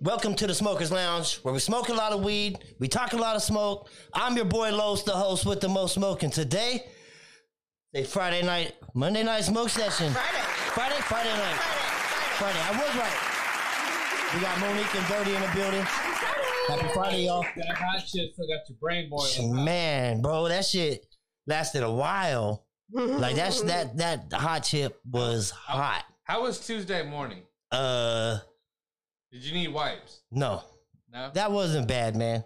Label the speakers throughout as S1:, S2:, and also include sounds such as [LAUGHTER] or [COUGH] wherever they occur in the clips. S1: Welcome to the Smokers Lounge, where we smoke a lot of weed, we talk a lot of smoke. I'm your boy Los, the host with the most smoking. Today, a Friday night, Monday night smoke session.
S2: Friday.
S1: Friday, Friday night,
S2: Friday.
S1: Friday. I was right. We got Monique and Brody in the building. Happy Friday, y'all.
S3: That hot shit still got your brain boiling.
S1: Man, bro, that shit lasted a [LAUGHS] while.
S2: Friday.
S1: Like that's that that hot chip was hot.
S3: How was Tuesday morning?
S1: Uh,
S3: Did you need wipes?
S1: no,
S3: No.
S1: that wasn't bad, man.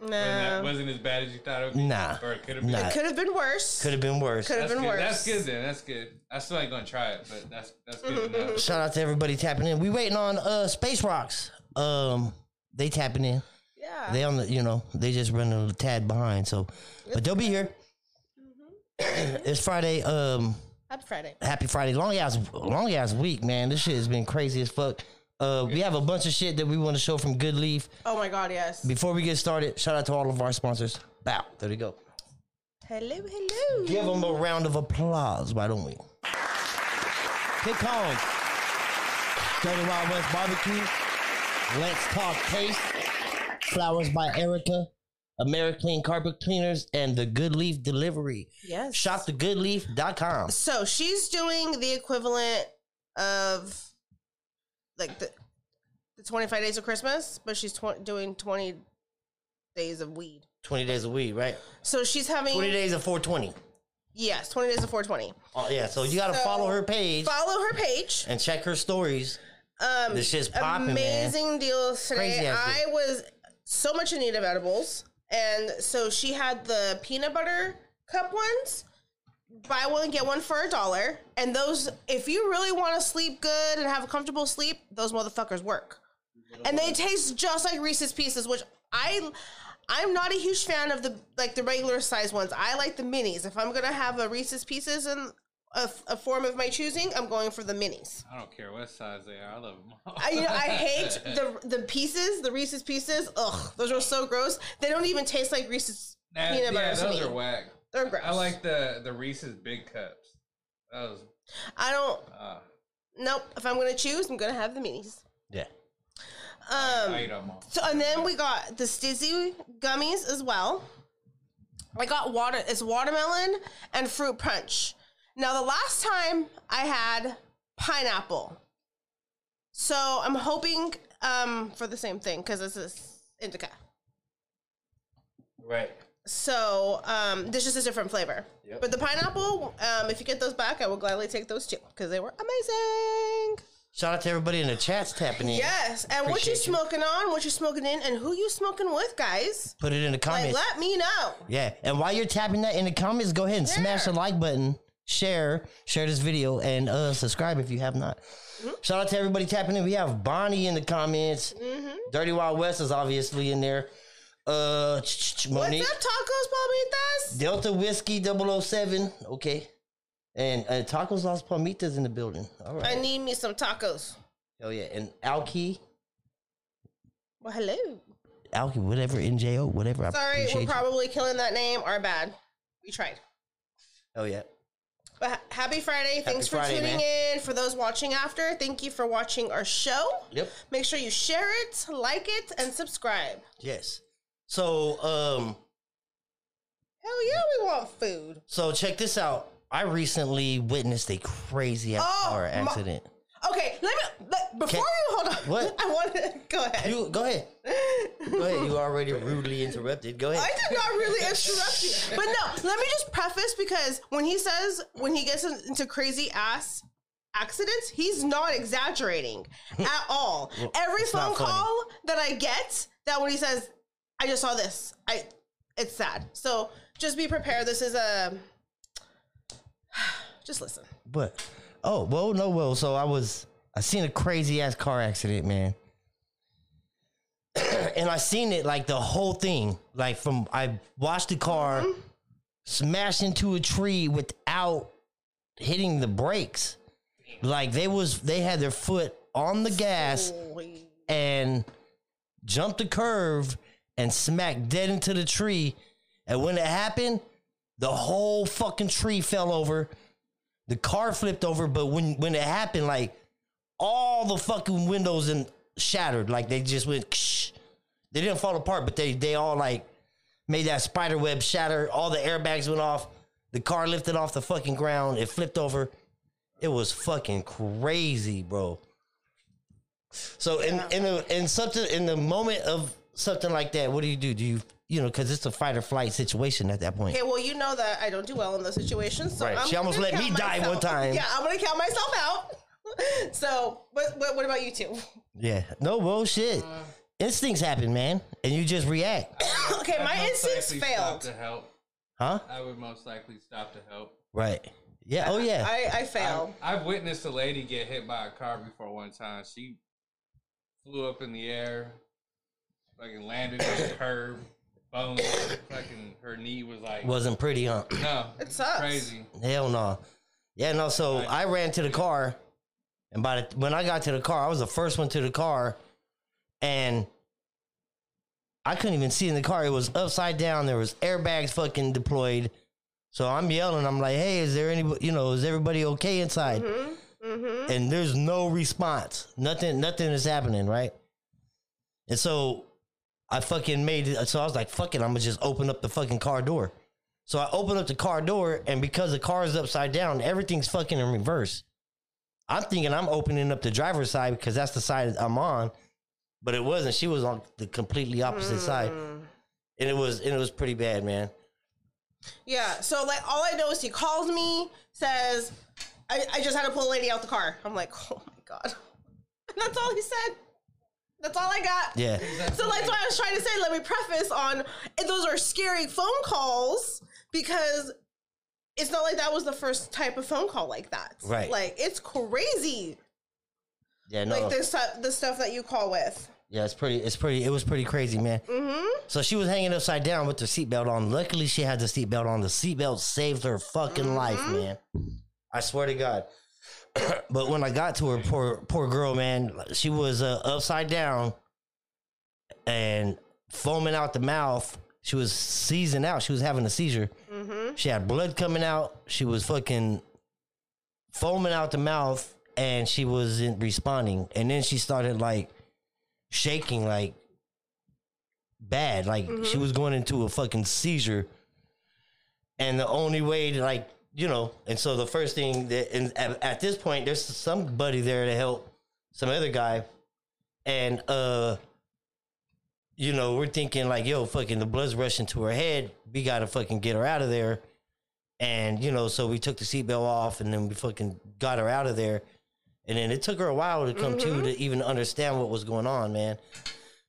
S3: wasn't,
S1: uh,
S2: No.
S3: that- wasn't as bad as you thought it would be.
S1: Nah.
S3: Or it could have been.
S1: Nah.
S3: That's
S2: Could have been worse.
S1: Could have been worse.
S2: Could have been
S3: good.
S2: worse.
S3: That's good then. That's good. I still ain't gonna try it, but that's that's good to know.
S1: Shout out to everybody tapping in. We waiting on uh Space Rocks. Um, they tapping in.
S2: Yeah.
S1: They on the you know they just running a tad behind. So, but they'll be here. [CLEARS THROAT] it's Friday. Um,
S2: Happy Friday.
S1: happy Friday. Long ass long ass week, man. This shit has been crazy as fuck. Uh, we have a bunch of shit that we want to show from Good Leaf.
S2: Oh my God, yes.
S1: Before we get started, shout out to all of our sponsors. Bow, there you go.
S2: Hello, hello.
S1: Give them a round of applause, why don't we? Pick home. Dirty Wild West Barbecue. Let's Talk Taste. Flowers by Erica. American Carpet Cleaners and the Good Leaf Delivery.
S2: Yes.
S1: Shop thegoodleaf.com.
S2: So she's doing the equivalent of like the, the 25 days of Christmas, but she's tw- doing 20 days of weed.
S1: 20 days a week, right?
S2: So she's having
S1: 20 days of 420.
S2: yes, 20 days of 420.
S1: Oh, yeah, so you got to
S2: So-
S1: follow her page
S2: Follow her page.
S1: and check her stories.
S2: Um,
S1: This shit's popping, man.
S2: amazing deals
S1: Crazy
S2: today.
S1: ass
S2: I
S1: deal.
S2: was so much in need of edibles, and so she had the peanut butter cup ones. Buy one get one for a dollar, and those if you really want to sleep good and have a comfortable sleep, those motherfuckers work, and they taste just like Reese's Pieces, which I. I'm not a huge fan of the like the regular size ones. I like the minis. If I'm gonna have a Reese's Pieces in a, a form of my choosing, I'm going for the minis.
S3: I don't care what size they are. I love them all.
S2: I, you know, I hate the the pieces, the Reese's pieces. Ugh, those are so gross. They don't even taste like Reese's
S3: [LAUGHS] Nah,
S2: peanut butter.
S3: yeah,
S2: to
S3: those
S2: me.
S3: are whack.
S2: They're gross.
S3: I like the the Reese's big cups. That was
S2: I don't.
S3: uh,
S2: Nope. If I'm gonna choose, I'm gonna have the minis.
S1: Yeah.
S2: Um.
S3: I ate them all.
S2: So and then we got the Stizzy gummies as well. I got water. It's watermelon and fruit punch. Now the last time I had pineapple, so I'm hoping um for the same thing because this is indica.
S1: Right.
S2: So um, this is a different flavor.
S1: Yep.
S2: But the pineapple, um, if you get those back, I will gladly take those too because they were amazing.
S1: Shout out to everybody in the chat's tapping in.
S2: Yes. And what you
S1: Appreciate you.
S2: smoking on, what you smoking in, and who you smoking with, guys?
S1: Put it in the
S2: Like,
S1: comments.
S2: let me know.
S1: Yeah, and while you're tapping that in the comments, go ahead and smash the
S2: Yeah.
S1: like button, share, share this video, and uh, subscribe if you have not.
S2: Mm-hmm.
S1: Shout out to everybody tapping in. We have Bonnie in the comments.
S2: Mm-hmm.
S1: Dirty Wild West is obviously in there. Uh, ch- ch- ch-
S2: What's
S1: Monique,
S2: up, tacos, palmitas?
S1: Delta Whiskey 007. Okay, and uh, Tacos Las Palmitas in the building. All
S2: I
S1: right.
S2: need me some tacos.
S1: oh yeah, and Alki,
S2: Well, hello.
S1: Alki, whatever, NJO, whatever. I
S2: Sorry,
S1: appreciate
S2: we're
S1: you.
S2: probably killing that name. Our bad. We tried.
S1: Oh yeah.
S2: But ha- happy Friday. Thanks for
S1: Friday,
S2: tuning in. For those watching after, thank you for watching our show.
S1: Yep.
S2: Make sure you share it, like it, and subscribe.
S1: Yes. So um.
S2: Hell yeah, we want food.
S1: So check this out. I recently witnessed a crazy ass
S2: Oh,
S1: car
S2: my-
S1: accident.
S2: Okay, let me. Let, before you hold on,
S1: What?
S2: [LAUGHS] I want to go ahead.
S1: You go ahead. Go ahead. You
S2: [LAUGHS]
S1: already rudely interrupted. Go ahead.
S2: I did not really interrupt you, but no. Let me just preface because when he says when he gets in- into crazy ass accidents, he's
S1: [LAUGHS]
S2: not exaggerating at all. Every
S1: it's
S2: phone
S1: not funny.
S2: call that I get, that when he says, "I just saw this," I it's sad. So just be prepared. This is a [SIGHS] just listen.
S1: What? Oh, well, no, well. So I was I seen a crazy ass car accident, man. [CLEARS THROAT] and I seen it like the whole thing. Like from I watched the car
S2: Mm-hmm.
S1: smash into a tree without hitting the brakes. Like they was they had their foot on the gas.
S2: Holy-
S1: and jumped the curve and smacked dead into the tree. And when it happened, the whole fucking tree fell over. The car flipped over, but when when it happened, like all the fucking windows and shattered. Like they just went. Ksh. They didn't fall apart, but they they all like made that spider web shatter. All the airbags went off. The car lifted off the fucking ground. It flipped over. It was fucking crazy, bro. So in in a, in something in the moment of something like that, what do you do? Do you you know because it's a fight or flight situation at that point.
S2: Okay, well, you know that I don't do well in those situations. So
S1: Right.
S2: I'm
S1: She almost
S2: gonna
S1: let me
S2: count
S1: die one
S2: myself-
S1: time.
S2: Yeah, I'm gonna count myself out. [LAUGHS] so, what, what, what about you two? [LAUGHS]
S1: Yeah, no bullshit. Instincts happen, man, and you just react,
S2: okay,
S3: I'd
S2: my
S3: most
S2: instincts
S3: likely stop
S2: failed.
S3: To help,
S1: huh?
S3: I would most likely stop to help.
S1: Right. Yeah. Oh yeah.
S2: I, I failed.
S3: I've witnessed a lady get hit by a car before one time. She flew up in the air, fucking landed
S2: [COUGHS]
S3: on the curb, bones, fucking her knee was like
S1: Wasn't pretty, huh?
S3: no,
S2: It sucks.
S3: crazy.
S1: Hell no. Yeah, no. So I ran to the car, and by the when I got to the car, I was the first one to the car, and I couldn't even see in the car. It was upside down. There was airbags fucking deployed. So I'm yelling. I'm like, "Hey, is there any? You know, is everybody okay inside?" And there's no response. Nothing. Nothing is happening. Right. And so I fucking made it. So I was like, fuck it, I'm gonna just open up the fucking car door. So I open up the car door, and because the car is upside down, everything's fucking in reverse. I'm thinking I'm opening up the driver's side because that's the side I'm on, but it wasn't. She was on the completely opposite side,
S2: Hmm.
S1: and it was and it was pretty bad, man.
S2: Yeah. So like all I know is he calls me, says, I, I just had to pull a lady out the car. I'm like, [LAUGHS] oh my God. And that's all he said. That's all I got.
S1: Yeah,
S2: So that's why I was trying to say, let me preface on and those are scary phone calls because it's not like that was the first type of phone call like that.
S1: Right.
S2: Like it's crazy.
S1: yeah, no,
S2: Like this stu- the stuff that you call with. Mm-hmm.
S1: yeah, it's pretty, it's pretty, it was pretty crazy, man. So she was hanging upside down with the seatbelt on. Luckily, she had the seatbelt on. The seatbelt saved her fucking life, man. I swear to God. [CLEARS THROAT] but when I got to her, poor poor girl, man, she was uh, upside down and foaming out the mouth. She was seizing out. She was having a seizure.
S2: Mm-hmm.
S1: She had blood coming out. She was fucking foaming out the mouth, and she wasn't responding. And then she started like shaking, like bad. Like she was going into a fucking seizure. And the only way to like, you know, and so the first thing that and at, at this point there's somebody there to help some other guy. And uh you know, we're thinking like, yo, fucking the blood's rushing to her head. We gotta fucking get her out of there. And, you know, so we took the seatbelt off and then we fucking got her out of there. And then it took her a while to come to to even understand what was going on, man.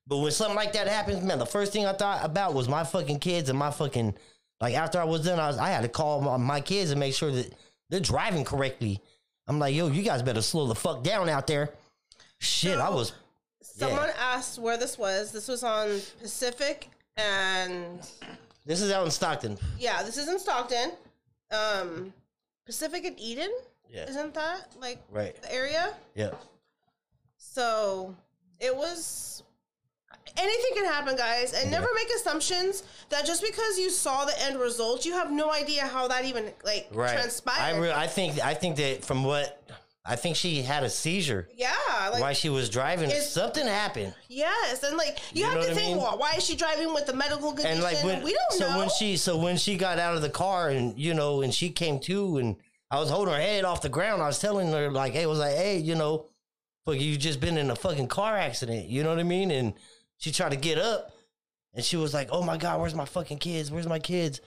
S1: But when something like that happens, man, the first thing I thought about was my fucking kids and my fucking like after I was done, I was I had to call my, my kids and make sure that they're driving correctly. I'm like, yo, you guys better slow the fuck down out there. Shit, I
S2: So-
S1: was
S2: Someone asked where this was. This was on Pacific and
S1: this is out in Stockton.
S2: Yeah, this is in Stockton. Um Pacific and Eden?
S1: Yeah.
S2: Isn't that like
S1: Right.
S2: the area?
S1: Yeah.
S2: So it was anything can happen, guys, and never make assumptions that just because you saw the end result, you have no idea how that even like
S1: Right.
S2: transpired.
S1: I re- I think I think that from what I think she had a seizure
S2: yeah, like
S1: while she was driving.
S2: It's-
S1: Something happened.
S2: yes, and like
S1: You
S2: you,
S1: know
S2: have to
S1: what I
S2: think,
S1: mean?
S2: well, why is she driving with the medical condition?
S1: and like when
S2: we don't
S1: so
S2: know.
S1: when she so when she got out of the car and you know and she came to and I was holding her head off the ground. I was telling her like, hey, I was like, hey, you know, fuck, you just been in a fucking car accident. You know what I mean? And she tried to get up, and she was like, oh my god, where's my fucking kids? Where's my kids?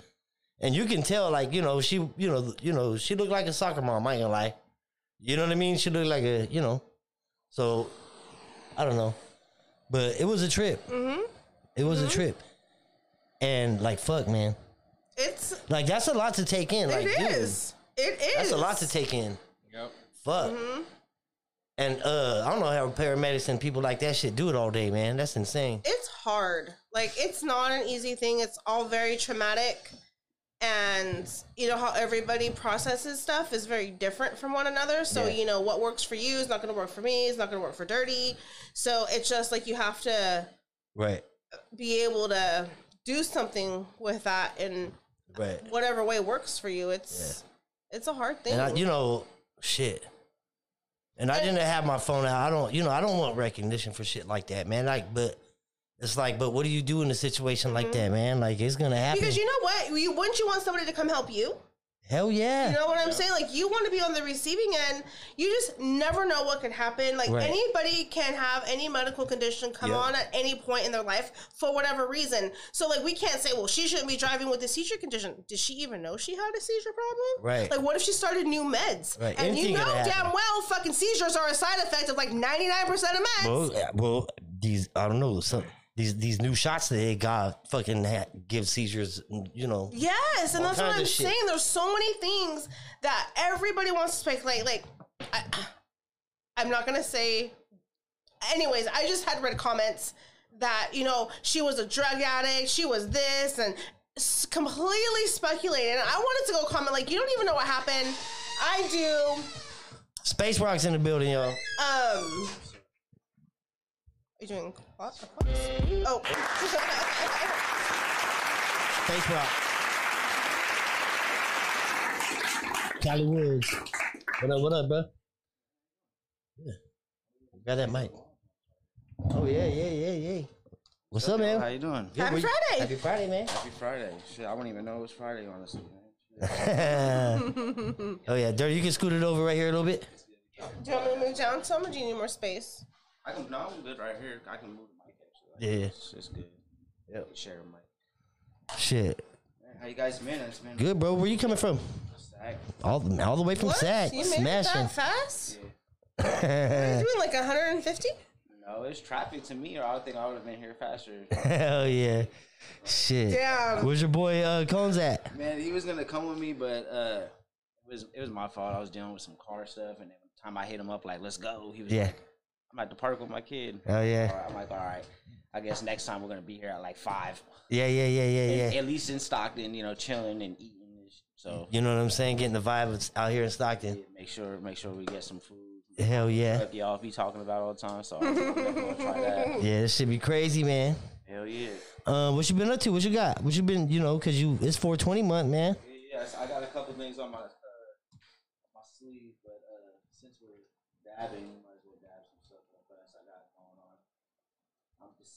S1: And you can tell like you know she you know you know she looked like a soccer mom. I ain't gonna lie. You know what I mean? She looked like a you know. So, I don't know, but it was a trip.
S2: Mm-hmm.
S1: It was a trip. And like fuck, man.
S2: it's
S1: Like that's a lot to take in. Like
S2: it
S1: dude,
S2: is. It is. Mm-hmm.
S1: that's a lot to take in.
S3: Yep.
S1: Fuck. And uh, I don't know how paramedics and people like that shit do it all day, man. That's insane.
S2: it's hard. Like it's not an easy thing. It's all very traumatic. And you know how everybody processes stuff is very different from one another. So
S1: Yeah.
S2: you know what works for you is not going to work for me. It's not going to work for Dirty. So it's just like you have to
S1: Right.
S2: be able to do something with that in
S1: Right.
S2: whatever way works for you. It's it's a hard thing.
S1: And I, you know, shit. And I didn't have my phone out. I don't, you know, I don't want recognition for shit like that, man. Like, but it's like, but what do you do in a situation like that, man? Like, it's gonna happen.
S2: Mm-hmm. Because you know what? You, wouldn't you want somebody to come help you?
S1: Hell yeah.
S2: You know what I'm saying? Like you want to be on the receiving end. You just never know what could happen. Like
S1: Right.
S2: anybody can have any medical condition come
S4: Yeah.
S2: on at any point in their life for whatever reason. So like we can't say, well, she shouldn't be driving with a seizure condition. Did she even know she had a seizure problem?
S1: Right.
S2: Like what if she started new meds?
S1: Right.
S2: And
S1: Anything
S2: you
S1: could
S2: know
S1: happen.
S2: damn well fucking seizures are a side effect of like 99% of meds.
S1: Well, uh, well, these I don't know some these these new shots that they got fucking ha- give seizures. You know,
S2: Yes, and
S1: All
S2: that's what
S1: kinds
S2: I'm
S1: of shit.
S2: saying. There's so many things that everybody wants to speculate. Like, I, I'm not gonna say. Anyways, I just had read comments that you know she was a drug addict, she was this, and s- completely speculating. And I wanted to go comment like, you don't even know what happened. I do.
S1: space rocks in the building, y'all.
S2: Um, are you doing what? [LAUGHS] Oh.
S1: Space rock. Cali Woods, what up? What up, bro? Yeah. Got that mic. Oh yeah, yeah, yeah, yeah. What's up,
S4: How
S1: man?
S4: you doing?
S1: Yeah,
S2: Happy
S1: we-
S2: Friday.
S1: Happy Friday, man.
S4: Happy Friday. Shit, I wouldn't even know it was Friday, honestly.
S1: [LAUGHS] oh yeah, Dirk, you can scoot it over right here a little bit.
S2: Do you want me to move down some, or do you need more space?
S4: I can, no, I'm good right here. I can move the mic, actually.
S1: Yeah.
S4: It's, it's good. Yeah. Share a mic.
S1: Shit,
S4: Man, How you guys been? It's been
S1: good, bro. Where you coming from?
S4: stacked.
S1: All the all the way from
S2: What?
S1: Sac,
S2: You made it
S1: smashing.
S2: that fast?
S1: Hell [LAUGHS]
S2: You're doing like 150?
S4: No, it's traffic to me, or I would think I would have been here faster.
S1: yeah, shit.
S2: Damn.
S1: Where's your boy uh, Cones at?
S4: Man, he was gonna come with me, but uh, it was it was my fault. I was dealing with some car stuff, and then the time I hit him up like, "Let's go," he was
S1: Yeah.
S4: like, "I'm at the park with my kid."
S1: Oh yeah,
S4: All right, I'm like, "All right, I guess next time we're gonna be here at like five,
S1: yeah, yeah, yeah, yeah,
S4: And
S1: yeah.
S4: at least in Stockton, you know, chilling and eating." and sh- So
S1: You know what I'm saying? Getting the vibe of- out here in Stockton.
S4: make sure make sure we get some food.
S1: Hell yeah,
S4: Fuck y'all be talking about all the time, so I'm gonna try that.
S1: yeah. This should be crazy, man.
S4: Hell yeah.
S1: Uh, what you been up to? What you got? What you been? You know, cause you it's 420 month, man.
S4: Yes, I got a couple things on my uh, my sleeve, but uh, since we're dabbing, we might as well dab some stuff up fast. I got going on. I'm just,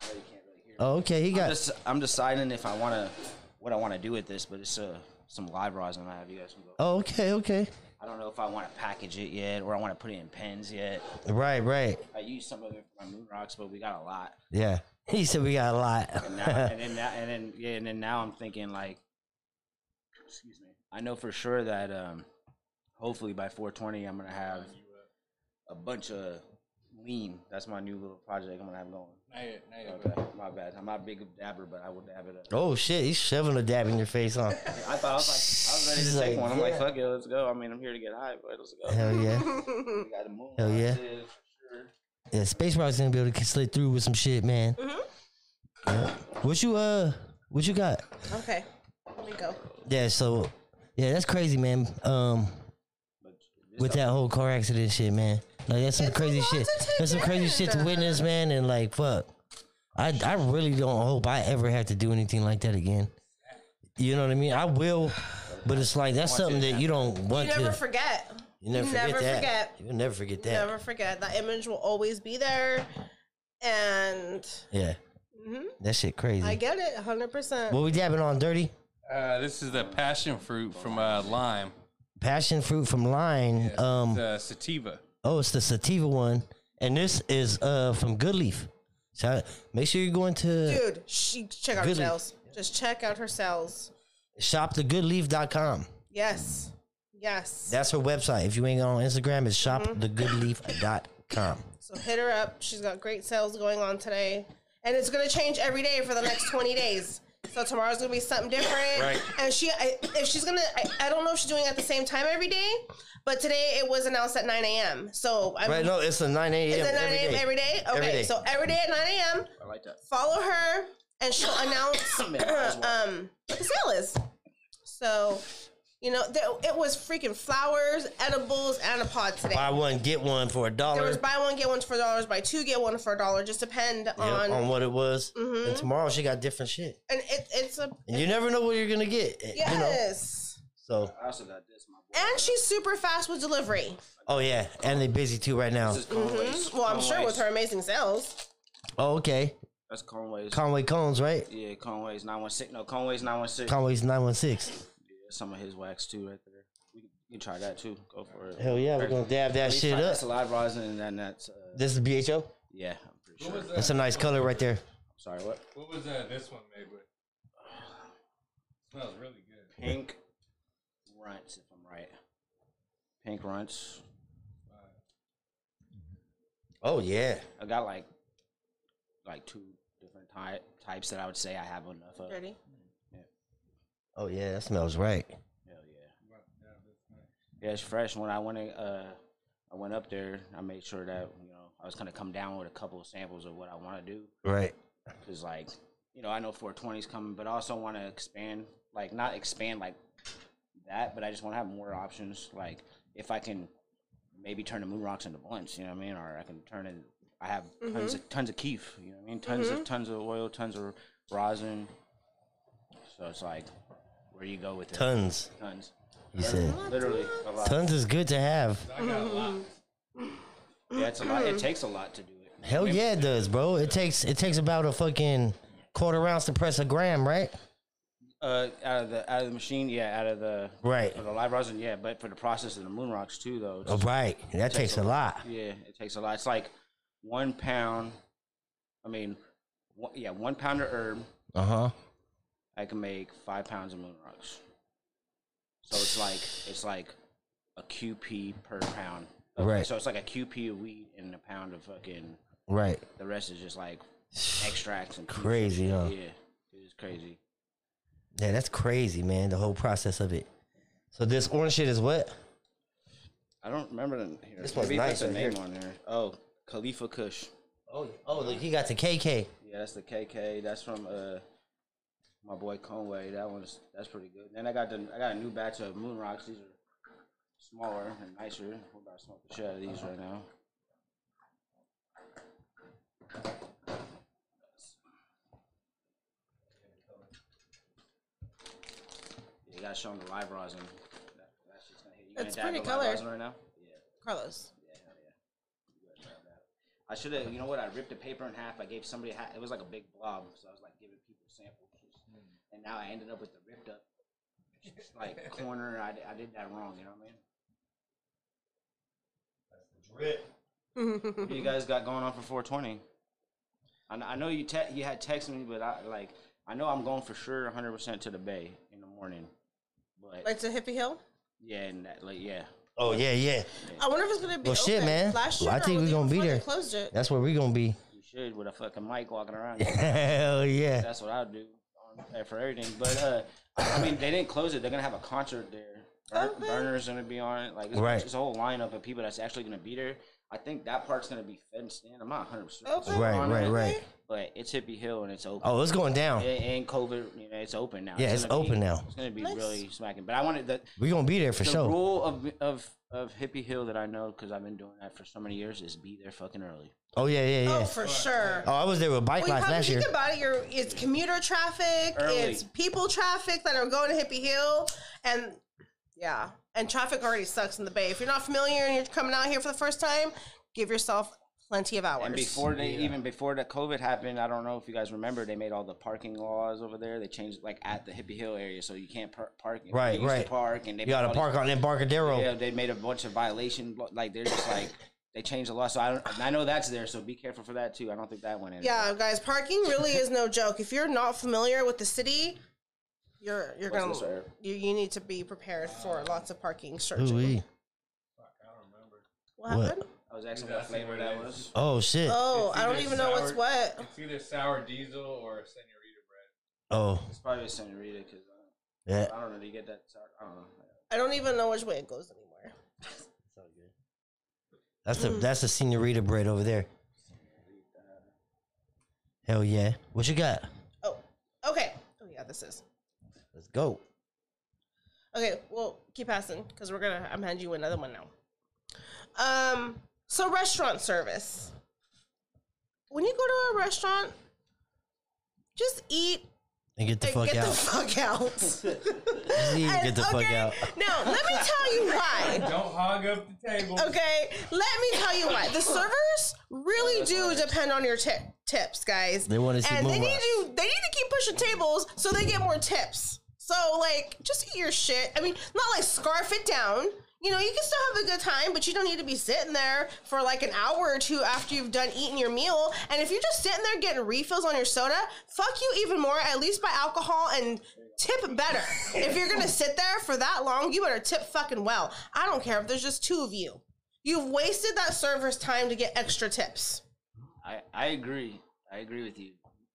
S4: I know you can't really hear. me.
S1: Oh, okay, he
S4: I'm,
S1: got.
S4: just, I'm deciding if I want to, what I want to do with this, but it's uh, some live rosin I have. You guys can go.
S1: Oh, okay, okay.
S4: I don't know if I want to package it yet or I want to put it in pens yet.
S1: Right, right.
S4: I used some of it for my moon rocks, but we got a lot.
S1: Yeah. [LAUGHS] He said we got a lot.
S4: And, now,
S1: [LAUGHS]
S4: and then that, and then yeah, and then now I'm thinking like, excuse me. I know for sure that um, hopefully by 420 I'm gonna have a bunch of lean. That's my new little project I'm gonna have going.
S3: Not yet, not yet,
S4: Okay, my bad. I'm not a big dabber, but I will dab it up.
S1: Oh shit, he's shoving a dab in your face, huh?
S4: I thought I was like, I was ready to
S1: She's
S4: take
S1: like,
S4: one. I'm like,
S1: yeah.
S4: fuck it, let's go. I mean, I'm here to get high, but let's go.
S1: Hell yeah.
S4: We got a moon.
S1: Hell
S4: rock
S1: yeah.
S4: to- for sure.
S1: Yeah, Space Rock's gonna be able to slid through with some shit, man.
S2: Mm-hmm.
S1: Yeah. What you uh, what you got?
S2: okay. Let me go.
S1: Yeah, so yeah, that's crazy, man. Um,
S4: But this
S1: with that whole car accident shit, man. Like that's some
S2: It's a
S1: crazy
S2: lot
S1: shit.
S2: to take
S1: That's some crazy
S2: in.
S1: shit to witness, man. And like, fuck, I I really don't hope I ever have to do anything like that again. You know what I mean? I will, but it's like that's something that you don't
S2: You
S1: want
S2: never
S1: to.
S2: forget.
S1: You never
S2: you
S1: forget
S2: never
S1: that.
S2: forget.
S1: You'll never forget that.
S2: Never forget. That image will always be there. And
S1: Yeah, that shit crazy.
S2: Mm-hmm. I get it 100%.
S1: what we dabbing on, dirty?
S3: Uh, this is the passion fruit from uh, lime.
S1: Passion fruit from Line. Um,
S3: It's, uh, sativa.
S1: Oh, it's the sativa one, and this is uh from Goodleaf. So make sure you go into
S2: Dude, she, check out her
S1: Really?
S2: cells. Just check out her cells.
S1: shopthegoodleaf.com.
S2: Yes. Yes.
S1: That's her website. If you ain't on Instagram, it's
S2: Mm-hmm.
S1: shopthegoodleaf.com.
S2: so hit her up. She's got great sales going on today. And it's going to change every day for the next 20 days. So tomorrow's going to be something different.
S3: Right.
S2: And she, I, if she's going to, I don't know if she's doing it at the same time every day, but today it was announced at 9 a.m. So I'm
S1: Right? No, it's a 9 a.m.
S2: Is it 9
S1: every
S2: a.m.
S1: day.
S2: every day? Okay,
S1: Every day.
S2: so every day at 9 a.m.,
S4: I like that.
S2: follow her and
S4: [COUGHS]
S2: she'll announce um, what the sale is. So, you know, there, it was freaking flowers, edibles, and a pod today.
S1: Buy one, get one for a
S2: There
S1: dollar.
S2: was buy one, get one for dollars, buy two, get one for a dollar. Just depend
S1: Yep,
S2: on,
S1: on what it was.
S2: Mm-hmm.
S1: And tomorrow she got different shit.
S2: and it, it's a,
S1: And eh, you never know what you're going to get. You know?
S2: yes.
S1: So
S4: I also got this. My
S2: And she's super fast with delivery.
S1: Oh yeah, and they're busy too right now.
S4: This is Conway's.
S2: Well, I'm sure with
S4: Conway's.
S2: her amazing sales.
S1: Oh okay,
S4: That's Conway's.
S1: Conway Cones, right?
S4: yeah, Conway's 916. No, Conway's 916.
S1: Conway's nine one six.
S4: yeah, some of his wax too, right there. We can, we can try that too. Go for it.
S1: Hell yeah, we're gonna dab that shit up.
S4: That's a lot of rosin and then that's. Uh,
S1: This is BHO.
S4: yeah, I'm pretty
S3: What
S4: sure.
S3: was that?
S1: That's a nice color right there.
S4: Sorry, what?
S3: What was that? This one made with. Smells really good.
S4: Pink runts, if I'm right. Pink runts.
S1: Oh yeah.
S4: I got like, like two different type, types that I would say I have enough of.
S2: Dirty.
S1: Oh yeah, that smells right.
S4: Hell yeah. Yeah, it's fresh. When I went in, uh, I went up there, I made sure that you know I was gonna come down with a couple of samples of what I want to do
S1: Right.
S4: because like you know I know 420's coming, but I also want to expand, like not expand like that, but I just want to have more options. Like if I can maybe turn the moon rocks into blunts, you know what I mean, or I can turn in. I have tons of tons of keef, you know what I mean, tons of tons of oil, tons of rosin. So it's like where you go with it.
S1: Tons.
S4: Tons.
S1: You said.
S4: Literally, a lot.
S1: Tons is good to have.
S3: I got a lot.
S4: Yeah, it's a lot. It takes a lot to do it.
S1: Hell yeah, it does, bro. It takes it takes about a fucking quarter ounce to press a gram, right?
S4: Uh, out of the out of the machine, yeah, out of the
S1: Right.
S4: for the live rosin, yeah, but for the process of the moon rocks too, though. it's-
S1: Oh, right. That takes a lot.
S4: Yeah, it takes a lot. It's like one pound. I mean, one, yeah, one pound of herb.
S1: Uh huh.
S4: I can make five pounds of moon rocks. So it's like it's like a QP per pound. of-
S1: Right.
S4: So it's like a QP of wheat and a pound of fucking.
S1: Right.
S4: The rest is
S1: [SIGHS]
S4: just like extracts and
S1: Crazy, huh?
S4: Yeah, it's crazy.
S1: Yeah, that's crazy, man. The whole process of it. So this orange shit is what?
S4: I don't remember the here.
S1: This one's
S4: Maybe
S1: nice
S4: that's the
S1: right
S4: name
S1: here.
S4: on there. Oh, Khalifa Kush.
S1: Oh, oh, look, he got the KK.
S4: Yeah, that's the KK. That's from uh my boy Conway. That one's that's pretty good. Then I got the I got a new batch of Moon Rocks. These are smaller and nicer. We're about to smoke the shit out of these right now. Yeah, You gotta show them the live rosin. That, that shit's gonna hit. You gonna
S2: It's
S4: dab
S2: pretty
S4: the live
S2: colored.
S4: rosin right now? Yeah.
S2: Carlos.
S4: I should have, you know what? I ripped the paper in half. I gave somebody half. It was like a big blob, so I was like giving people samples, and now I ended up with the ripped up, just, like corner. I, di- I did that wrong. You know what I mean? What you guys got going on for 420? I, kn- I know you te- you had texted me, but I like I know I'm going for sure 100 percent to the Bay in the morning. But
S2: Like to Hippie Hill.
S4: yeah, and that, like yeah,
S1: Oh yeah, yeah.
S2: I wonder if it's gonna be
S1: Well,
S2: open.
S1: shit, man.
S2: Last year,
S1: Well, I think
S2: we
S1: we gonna be
S2: fucking
S1: there.
S2: Closed it.
S1: That's where we gonna be. [LAUGHS]
S4: you should with a fucking mic walking around.
S1: Hell yeah.
S4: That's what I'll do on, uh, for everything. But uh, I mean, they didn't close it. They're gonna have a concert there. Bur-
S2: Okay.
S4: Burner's gonna be on it. Like it's,
S1: Right.
S4: it's a whole lineup of people that's actually gonna be there. I think that part's gonna be fenced in. I'm not 100 percent
S2: Okay.
S1: Right,
S4: on
S1: right,
S4: it,
S1: right.
S4: but it's Hippie Hill and it's open.
S1: Oh, it's going down.
S4: And, and COVID, you know, it's open now.
S1: Yeah, it's
S4: gonna
S1: open
S4: be-
S1: now.
S4: It's gonna be
S2: Nice.
S4: really smacking. But I wanted the
S1: We gonna be there for
S4: the
S1: sure.
S4: rule of of of Hippie Hill that I know because I've been doing that for so many years is be there fucking early.
S1: Oh yeah, yeah,
S2: Oh,
S1: yeah.
S2: for sure.
S1: Oh, I was there with bike
S2: Well, you
S1: last
S2: have to
S1: last year.
S2: think about it. You're, it's commuter traffic.
S4: Early.
S2: It's people traffic that are going to Hippie Hill, and yeah, and traffic already sucks in the Bay. If you're not familiar and you're coming out here for the first time, give yourself plenty of hours.
S4: And before they even before the COVID happened, I don't know if you guys remember, they made all the parking laws over there. They changed like at the Hippie Hill area, so you can't par- park. you
S1: Right,
S4: used to
S1: right.
S4: Park and they
S1: You gotta
S4: put all
S1: park
S4: these-
S1: on Embarcadero.
S4: Yeah, they made a bunch of violation. lo- Like they're just like they changed the law. So I don't. and I know that's there. So be careful for that too. I don't think that went in.
S2: yeah, guys, parking really is no joke. If you're not familiar with the city, you're you're
S4: What's
S2: gonna
S4: this, Eric?
S2: you, you need to be prepared for lots of parking searching.
S1: Ooh-wee.
S2: What happened?
S4: I was asking
S3: Yeah,
S4: what
S3: I see
S4: flavor
S3: what it
S4: that
S3: is.
S4: was.
S1: Oh shit.
S2: Oh,
S3: It's
S2: I don't
S3: either
S2: even know what's
S3: sour-
S2: what.
S3: It's either sour diesel or senorita bread.
S1: Oh
S4: It's probably a senorita because
S1: yeah.
S4: I don't really get that. sour- I don't know.
S2: I don't even know which way it goes anymore.
S1: That's
S2: Mm.
S1: the that's the senorita bread over there. Hell yeah. What you got?
S2: Oh, okay. Oh yeah, this is
S1: Let's go.
S2: okay. Well, keep passing because we're gonna. I'm handing you another one now. Um, so restaurant service. When you go to a restaurant, just eat
S1: and get the
S2: Hey,
S1: fuck
S2: get
S1: out.
S2: the fuck out.
S1: Z,
S2: And-
S1: [LAUGHS] get the fuck
S2: okay,
S1: out.
S2: Now, let me tell you why.
S3: Don't hog up the table.
S2: Okay, let me tell you why. The servers really do depend on your tip, tips, guys.
S1: They wanna see
S2: and they
S1: more
S2: need you. They need to keep pushing tables so they get more tips. So like, just eat your shit. I mean, not like scarf it down. You know, you can still have a good time, but you don't need to be sitting there for like an hour or two after you've done eating your meal. And if you're just sitting there getting refills on your soda, fuck you even more. At least buy alcohol and tip better. if you're gonna sit there for that long, you better tip fucking well. I don't care if there's just two of you. You've wasted that server's time to get extra tips.
S4: I, I agree. I agree with you.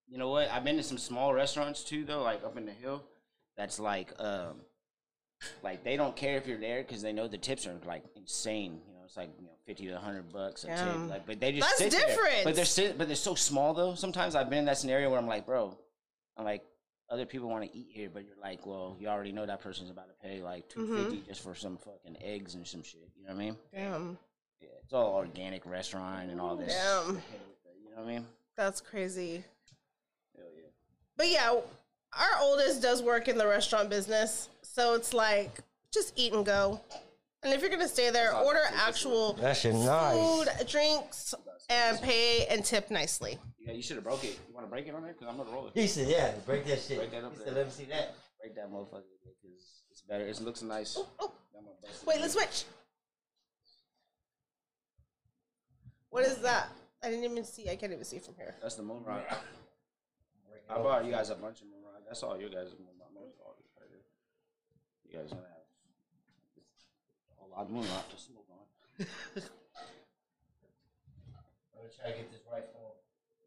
S4: You know what? I've been to some small restaurants too, though, like up in the hill. That's like, um, like they don't care if you're there because they know the tips are like insane. You know, it's like you know fifty to hundred bucks a
S2: Yeah.
S4: tip. Like, but they just
S2: That's
S4: sit there.
S2: different.
S4: But they're sit, but they're so small though. Sometimes I've been in that scenario where I'm like, bro, I'm like, other people want to eat here, but you're like, well, you already know that person's about to pay like two
S2: Mm-hmm.
S4: just for some fucking eggs and some shit. You know what I mean?
S2: Damn.
S4: Yeah, it's all organic restaurant and all this.
S2: Damn.
S4: You know what I mean?
S2: That's crazy.
S4: Hell yeah.
S2: But yeah, our oldest does work in the restaurant business. So it's like, just eat and go. And if you're going to stay there, order actual
S1: That shit
S2: food,
S1: nice.
S2: drinks, and pay and tip nicely.
S4: Yeah, you should have broke it. You want to break it on there? Because I'm going to roll it.
S1: He said, "Yeah, break that shit."
S4: Break that up
S1: he
S4: there.
S1: said, "Let me see that."
S4: Break that motherfucker because it's better. It looks nice.
S2: Oh,
S4: I'm gonna bust it.
S2: wait, let's switch. What is that? I didn't even see. I can't even see from here.
S4: That's the moon rock. I bought you guys a bunch of moon rock. That's all you guys are moon rock. That's all you guys are. You guys going to have a lot of moon rock to smoke [LAUGHS] on.
S1: I'm gonna try to get this right for him.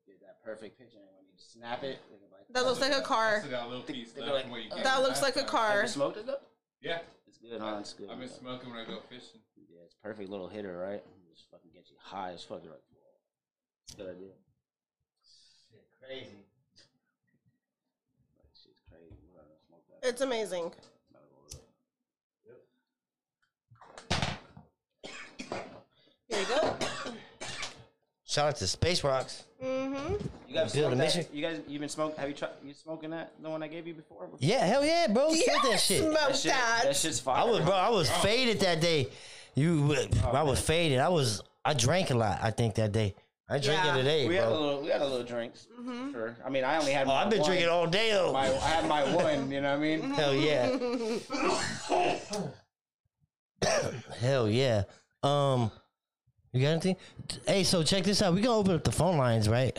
S4: Get that perfect picture. And when you snap it, they can like,
S2: That looks like a car.
S3: So that little piece
S4: They're
S3: left
S4: like,
S3: from
S1: uh,
S3: where you came
S2: That
S3: from
S2: looks like
S3: last
S2: a
S3: time.
S4: Have
S2: car.
S4: you smoked it though?
S3: Yeah.
S4: It's good,
S1: Oh,
S4: huh? It's good.
S3: I've been
S4: yeah.
S3: smoking when I go fishing.
S4: Yeah, it's perfect little hitter, right? Just fucking get you high as fuck. You're like, whoa. It's a Good idea.
S1: Shit, crazy.
S4: Like, shit's crazy. We're not gonna smoke that.
S2: It's amazing.
S4: Not gonna roll it.
S2: Here you go.
S1: Shout out to Space Rocks.
S2: Mm-hmm.
S4: You guys
S1: Build a
S4: smoked
S1: mission.
S4: that? You guys, you been smoking? Have you tried? You smoking that? The one I gave you before?
S1: Yeah, hell yeah, bro. Smoke that shit.
S2: Smoke
S4: That
S2: that.
S4: shit, that shit's fire.
S1: I was, bro. I
S4: huh?
S1: was faded that day. You, I was faded. I was. I drank a lot. I think that day. I drank
S2: Yeah.
S1: it today,
S4: We had a
S1: bro. Mm-hmm.
S4: little, we had a little drinks. Sure. I mean, I only had.
S1: Oh,
S4: my
S1: I've been
S4: one.
S1: drinking all Mm-hmm. day though.
S4: My, I had my
S1: [LAUGHS]
S4: one. You know what I mean?
S1: Hell
S4: [LAUGHS]
S1: yeah. Hell yeah. Um, you got anything? Hey, so check this out. We're gonna open up the phone lines, right?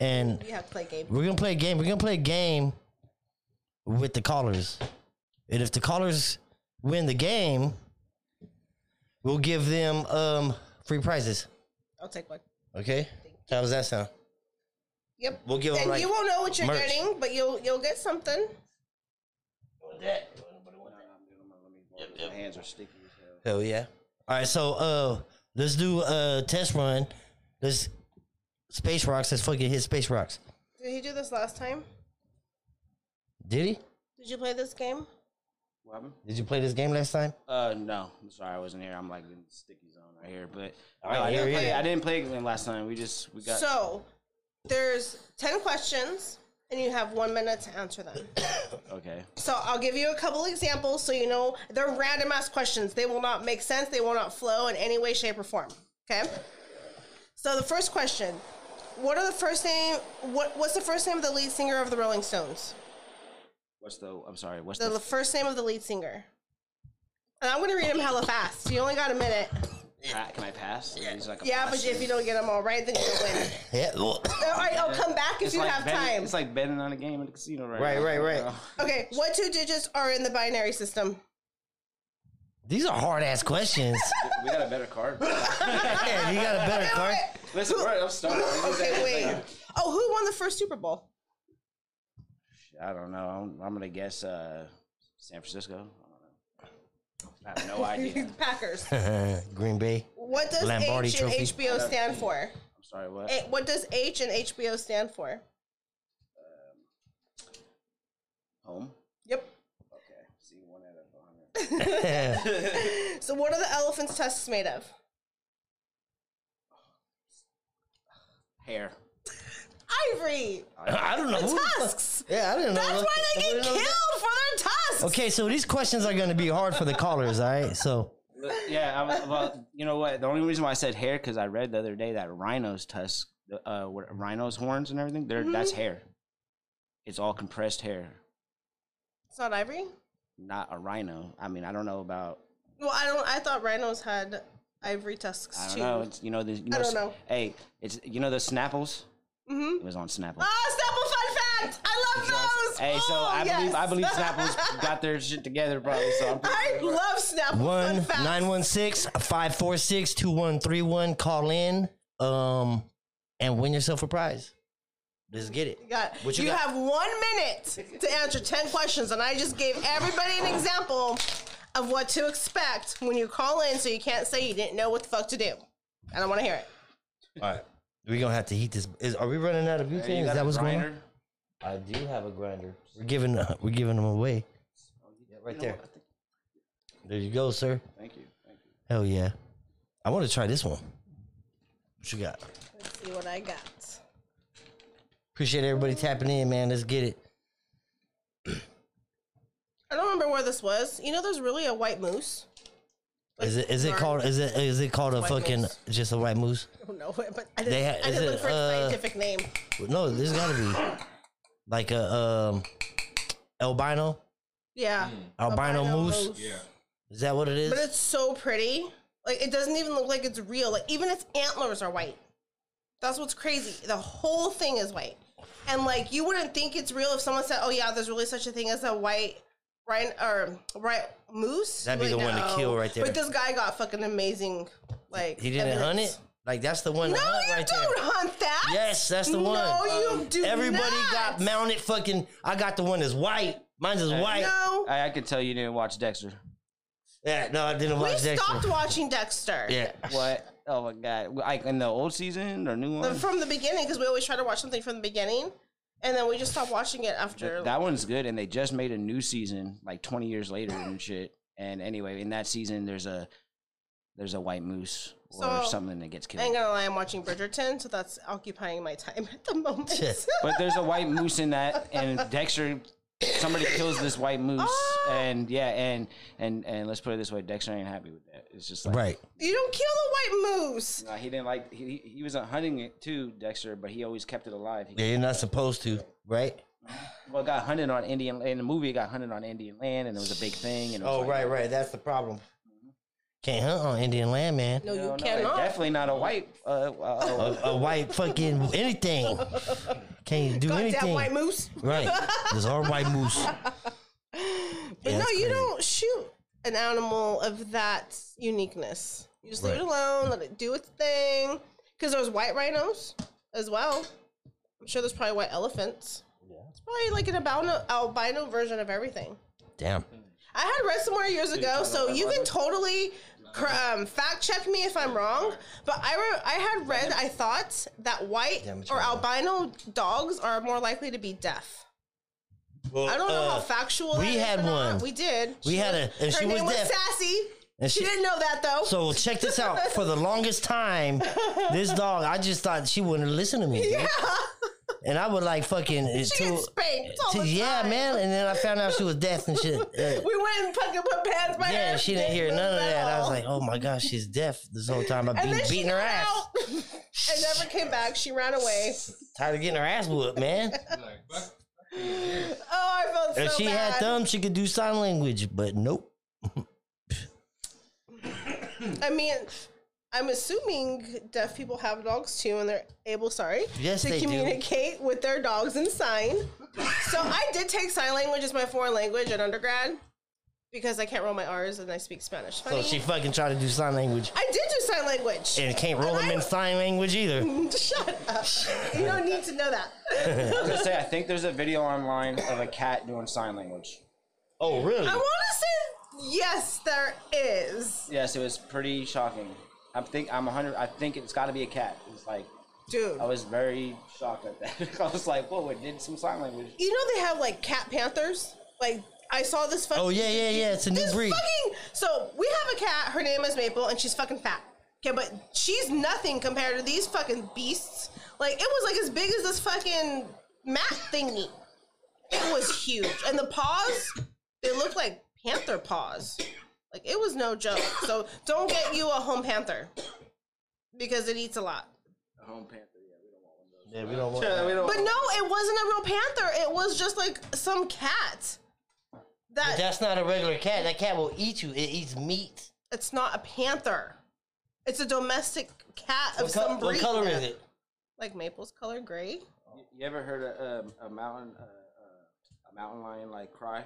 S1: And
S2: We have to play game.
S1: we're gonna play a game. We're gonna play a game with the callers. And if the callers win the game, we'll give them um free prizes.
S2: I'll take one.
S1: Okay? How does that sound?
S2: Yep.
S1: We'll give them
S2: and
S1: like
S2: you won't know what you're
S1: merch.
S2: getting, but you'll you'll get something.
S1: that.
S4: My hands are sticky as hell.
S1: Hell yeah. All right, so uh let's do a test run. Let's Space Rocks, let's fucking hit Space Rocks.
S2: Did he do this last time?
S1: Did he?
S2: Did you play this game?
S4: What happened?
S1: Did you play this game last time?
S4: Uh, no. I'm sorry, I wasn't here. I'm like in the sticky zone right here. But
S1: All right,
S4: no, I,
S1: here
S4: didn't
S1: we
S4: play,
S1: go.
S4: I didn't play again last time. We just we got.
S2: So there's ten questions, and you have one minute to answer them.
S4: okay.
S2: So I'll give you a couple examples so you know they're random ass questions. They will not make sense. They will not flow in any way, shape, or form. Okay. So the first question: What are the first name? What What's the first name of the lead singer of the Rolling Stones?
S4: What's the? I'm sorry. What's
S2: The
S4: the?
S2: l- first name of the lead singer. And I'm gonna read them hella fast. You only got a minute.
S4: pa- can I pass? Is this like a
S2: Yeah,
S4: pass
S2: but if
S4: thing?
S2: you don't get them all right, then you don't win. Uh,
S1: Yeah. well, [LAUGHS]
S2: All right, I'll come back if
S4: It's
S2: you
S4: like
S2: have
S4: betting-
S2: time.
S4: It's like betting on a game in the casino, right?
S1: Right,
S4: now.
S1: right, right.
S2: okay, what two digits are in the binary system?
S1: These are hard ass questions.
S4: [LAUGHS] We got a
S2: [LAUGHS]
S4: better card.
S1: yeah, you got a better card.
S4: Listen, we're, I'm stuck.
S2: Okay, wait. Oh, who won the first Super Bowl? [LAUGHS]
S4: I don't know. I'm, I'm gonna guess uh, San Francisco. I don't know. I have
S2: [LAUGHS]
S4: no idea. I'm
S2: Packers.
S1: [LAUGHS] Green Bay.
S2: What does
S1: Lombardi
S2: H and
S1: Trophy.
S2: HBO stand for?
S4: sorry. What?
S2: Eh, What does H and HBO stand for?
S4: Home.
S2: Yep.
S4: Okay. See one out of a hundred.
S2: So what are the elephant's tusks made of?
S4: Hair.
S2: Ivory.
S1: I don't know. who the fuck-
S2: Tusks.
S1: Yeah, I didn't know.
S2: That's
S1: what-
S2: why they
S1: I
S2: get
S1: didn't know
S2: killed
S1: that.
S2: for their tusks.
S1: Okay, so these questions are going to be hard for the callers, all right? So,
S4: But yeah, I'm, well, you know what? The only reason why I said hair because I read the other day that rhinos tusk, uh, what, rhinos horns and everything, they're, that's
S2: Mm-hmm.
S4: hair. It's all compressed hair,
S2: It's not ivory.
S4: not a rhino. I mean, I don't know about.
S2: Well, I don't. I thought rhinos had ivory tusks
S4: I don't
S2: too.
S4: know. It's, you know, the, you know,
S2: don't
S4: s-
S2: know.
S4: Hey, it's you know the Snapples.
S2: Mm-hmm.
S4: It was on Snapple.
S2: Oh, Snapple fun fact! I love those.
S4: Hey, so
S2: Oh,
S4: I believe
S2: yes. [LAUGHS]
S4: I believe Snapples got their shit together probably. So I'm pretty
S2: I
S4: sure.
S2: love Snapple
S1: 1
S2: fun facts.
S1: 916 546 2131. Call in um, and win yourself a prize. Let's get it.
S2: You got-
S1: What you
S2: you
S1: got?
S2: have one minute to answer 10 questions, and I just gave everybody an example of what to expect when you call in so you can't say you didn't know what the fuck to do. I don't want to hear it.
S1: All right. We're going to have to heat this. Is, are we running out of butane?
S4: Hey, you
S1: Is
S4: got
S1: that
S4: a
S1: what's going on?
S4: grinder?
S1: I do have a grinder. We're giving, uh, we're giving them away. Yeah, right there. There you go, sir.
S4: Thank you. Thank you.
S1: Hell yeah. I want to try this one. What you got?
S2: Let's see what I got.
S1: Appreciate everybody tapping in, man. Let's get it.
S2: I don't remember where this was. You know, there's really a white moose.
S1: Is it is it
S2: Sorry.
S1: called is it is it called a
S2: White
S1: fucking
S2: moose.
S1: just a white moose?
S2: I don't know it, but I
S1: They
S2: didn't,
S1: had-
S2: I
S1: is
S2: didn't
S1: it,
S2: look for a
S1: uh,
S2: scientific name.
S1: No, there's gotta be like a um albino
S2: Yeah.
S1: albino,
S2: Albino
S1: moose.
S2: moose.
S3: Yeah.
S1: Is that what it is?
S2: But it's so pretty. Like it doesn't even look like it's real. Like even its antlers are white. That's what's crazy. The whole thing is white. And like you wouldn't think it's real if someone said, "Oh yeah, there's really such a thing as a white rhino or right moose."
S1: That'd be
S2: You're
S1: the
S2: like,
S1: one to kill right there.
S2: But this guy got fucking amazing. Like
S1: he didn't hunt
S2: evidence.
S1: it. Like that's the one. to
S2: No,
S1: hunt
S2: you
S1: right
S2: don't
S1: There.
S2: hunt that.
S1: Yes, that's the one.
S2: No, you do.
S1: Everybody
S2: not.
S1: got mounted. Fucking, I got the one that's white. Mine's is white.
S2: No,
S4: I, I could tell you didn't watch Dexter.
S1: Yeah, no, I didn't
S2: we
S1: watch that.
S2: stopped watching Dexter.
S1: Yeah,
S4: What? Oh my god! Like in the old season or new
S2: The-
S4: one?
S2: from the beginning because we always try to watch something from the beginning and then we just stop watching it after
S4: That one's good, and they just made a new season like 20 years later
S2: [LAUGHS]
S4: and shit. And anyway, in that season, there's a there's a white moose or
S2: So,
S4: something that gets
S2: i ain't
S4: killed.
S2: gonna lie i'm watching bridgerton so that's occupying my time [LAUGHS] at the moment
S4: But there's a white moose in that, and Dexter, somebody kills this white moose,
S1: Ah!
S4: and yeah, and and and let's put it this way, Dexter ain't happy with that. It's just like
S1: right.
S2: you don't kill a white moose
S4: nah, he didn't like he he wasn't hunting it too, Dexter, but he always kept it alive. He,
S1: Yeah, you're not supposed to, right?
S4: Well, it got hunted on Indian in the movie. It got hunted on Indian land, and it was a big thing. And it was
S1: Oh,
S4: like,
S1: right, right. That's the problem. Can't hunt on Indian land, man.
S2: no you
S4: no, no,
S2: cannot
S4: Definitely not a white. Uh, uh,
S1: [LAUGHS] A, a white fucking anything. Can't do
S2: goddamn
S1: anything.
S2: white moose
S1: Right. There's our white moose.
S2: but
S1: Yeah,
S2: no
S1: that's
S2: you
S1: crazy.
S2: don't shoot an animal of that uniqueness you just leave it
S1: Right.
S2: alone let it do its thing because there's white rhinos as well i'm sure there's probably white elephants it's probably like an albino, albino version of everything
S1: Damn.
S2: I had read somewhere years ago, so you can totally cr- um, fact check me if I'm wrong. But I re- I had read, I thought that white
S1: Damn, it's
S2: or
S1: right.
S2: albino dogs are more likely to be deaf. I don't know how
S1: Uh,
S2: factual.
S1: we
S2: that is
S1: had
S2: or not.
S1: one.
S2: We did.
S1: We had
S2: was-
S1: a- and
S2: her
S1: she was
S2: name was
S1: deaf.
S2: Sassy.
S1: And
S2: She
S1: she-
S2: didn't know that though.
S1: So check this out. For the longest time, this dog, I just thought she wouldn't listen to me. dude. And I would like fucking
S2: [LAUGHS] she
S1: to-
S2: gets spanked all
S1: to-
S2: the time.
S1: yeah, man. And then I found out she was deaf and shit. Uh,
S2: [LAUGHS] We went and fucking put pads by her.
S1: yeah, she didn't hear
S2: move
S1: none of
S2: at
S1: that. I was
S2: all.
S1: like, oh my gosh, she's deaf this whole time. I've
S2: and
S1: been
S2: then she
S1: beating her
S2: got
S1: ass.
S2: out [LAUGHS] and never came back. She
S1: [LAUGHS]
S2: ran away.
S1: Tired of getting her ass whooped, man.
S3: He's like, fuck, fuck you, yeah.
S2: Oh, I felt [LAUGHS] so
S1: if she
S2: bad.
S1: had thumbs, she could do sign language, but nope.
S2: I mean, I'm assuming deaf people have dogs too, and they're able, sorry,
S1: Yes,
S2: to
S1: they do.
S2: communicate with their dogs and sign. so I did take sign language as my foreign language in undergrad because I can't roll my R's and I speak Spanish.
S1: So
S2: Funny.
S1: she fucking tried to do sign language
S2: I did do sign language.
S1: and can't roll
S2: [LAUGHS]
S1: them in sign language either.
S2: Shut up. You don't need to know that.
S4: I was gonna say, I think there's a video online of a cat doing sign language.
S1: Oh, really?
S2: I want to say yes, there is.
S4: Yes, it was pretty shocking. I think I'm 100. I think it's got to be a cat. It's like
S2: Dude.
S4: I was very shocked at that. [LAUGHS] I was like, whoa, it did some sign language.
S2: You know they have like cat panthers? Like, I saw this fucking.
S1: Oh, yeah, yeah, yeah. It's a new
S2: This
S1: breed.
S2: fucking. So we have a cat. Her name is Maple, and she's fucking fat. Okay, but she's nothing compared to these fucking beasts. Like it was like as big as this fucking mat thingy. It was huge, and the paws they looked like panther paws. Like it was no joke. So don't get you a home panther because it eats a lot.
S4: A home panther. Yeah, we don't want one of those.
S1: Yeah, we don't want
S3: Yeah, we don't-
S2: But no, it wasn't a real panther. It was just like some cat. That
S1: That's not a regular cat. That cat will eat you. It eats meat.
S2: it's not a panther. It's a domestic cat of
S1: What, co-
S2: some
S1: what
S2: breed.
S1: color is it?
S2: Like Maple's color gray.
S4: You, you ever heard a, um, a mountain uh, uh, a mountain lion like cry?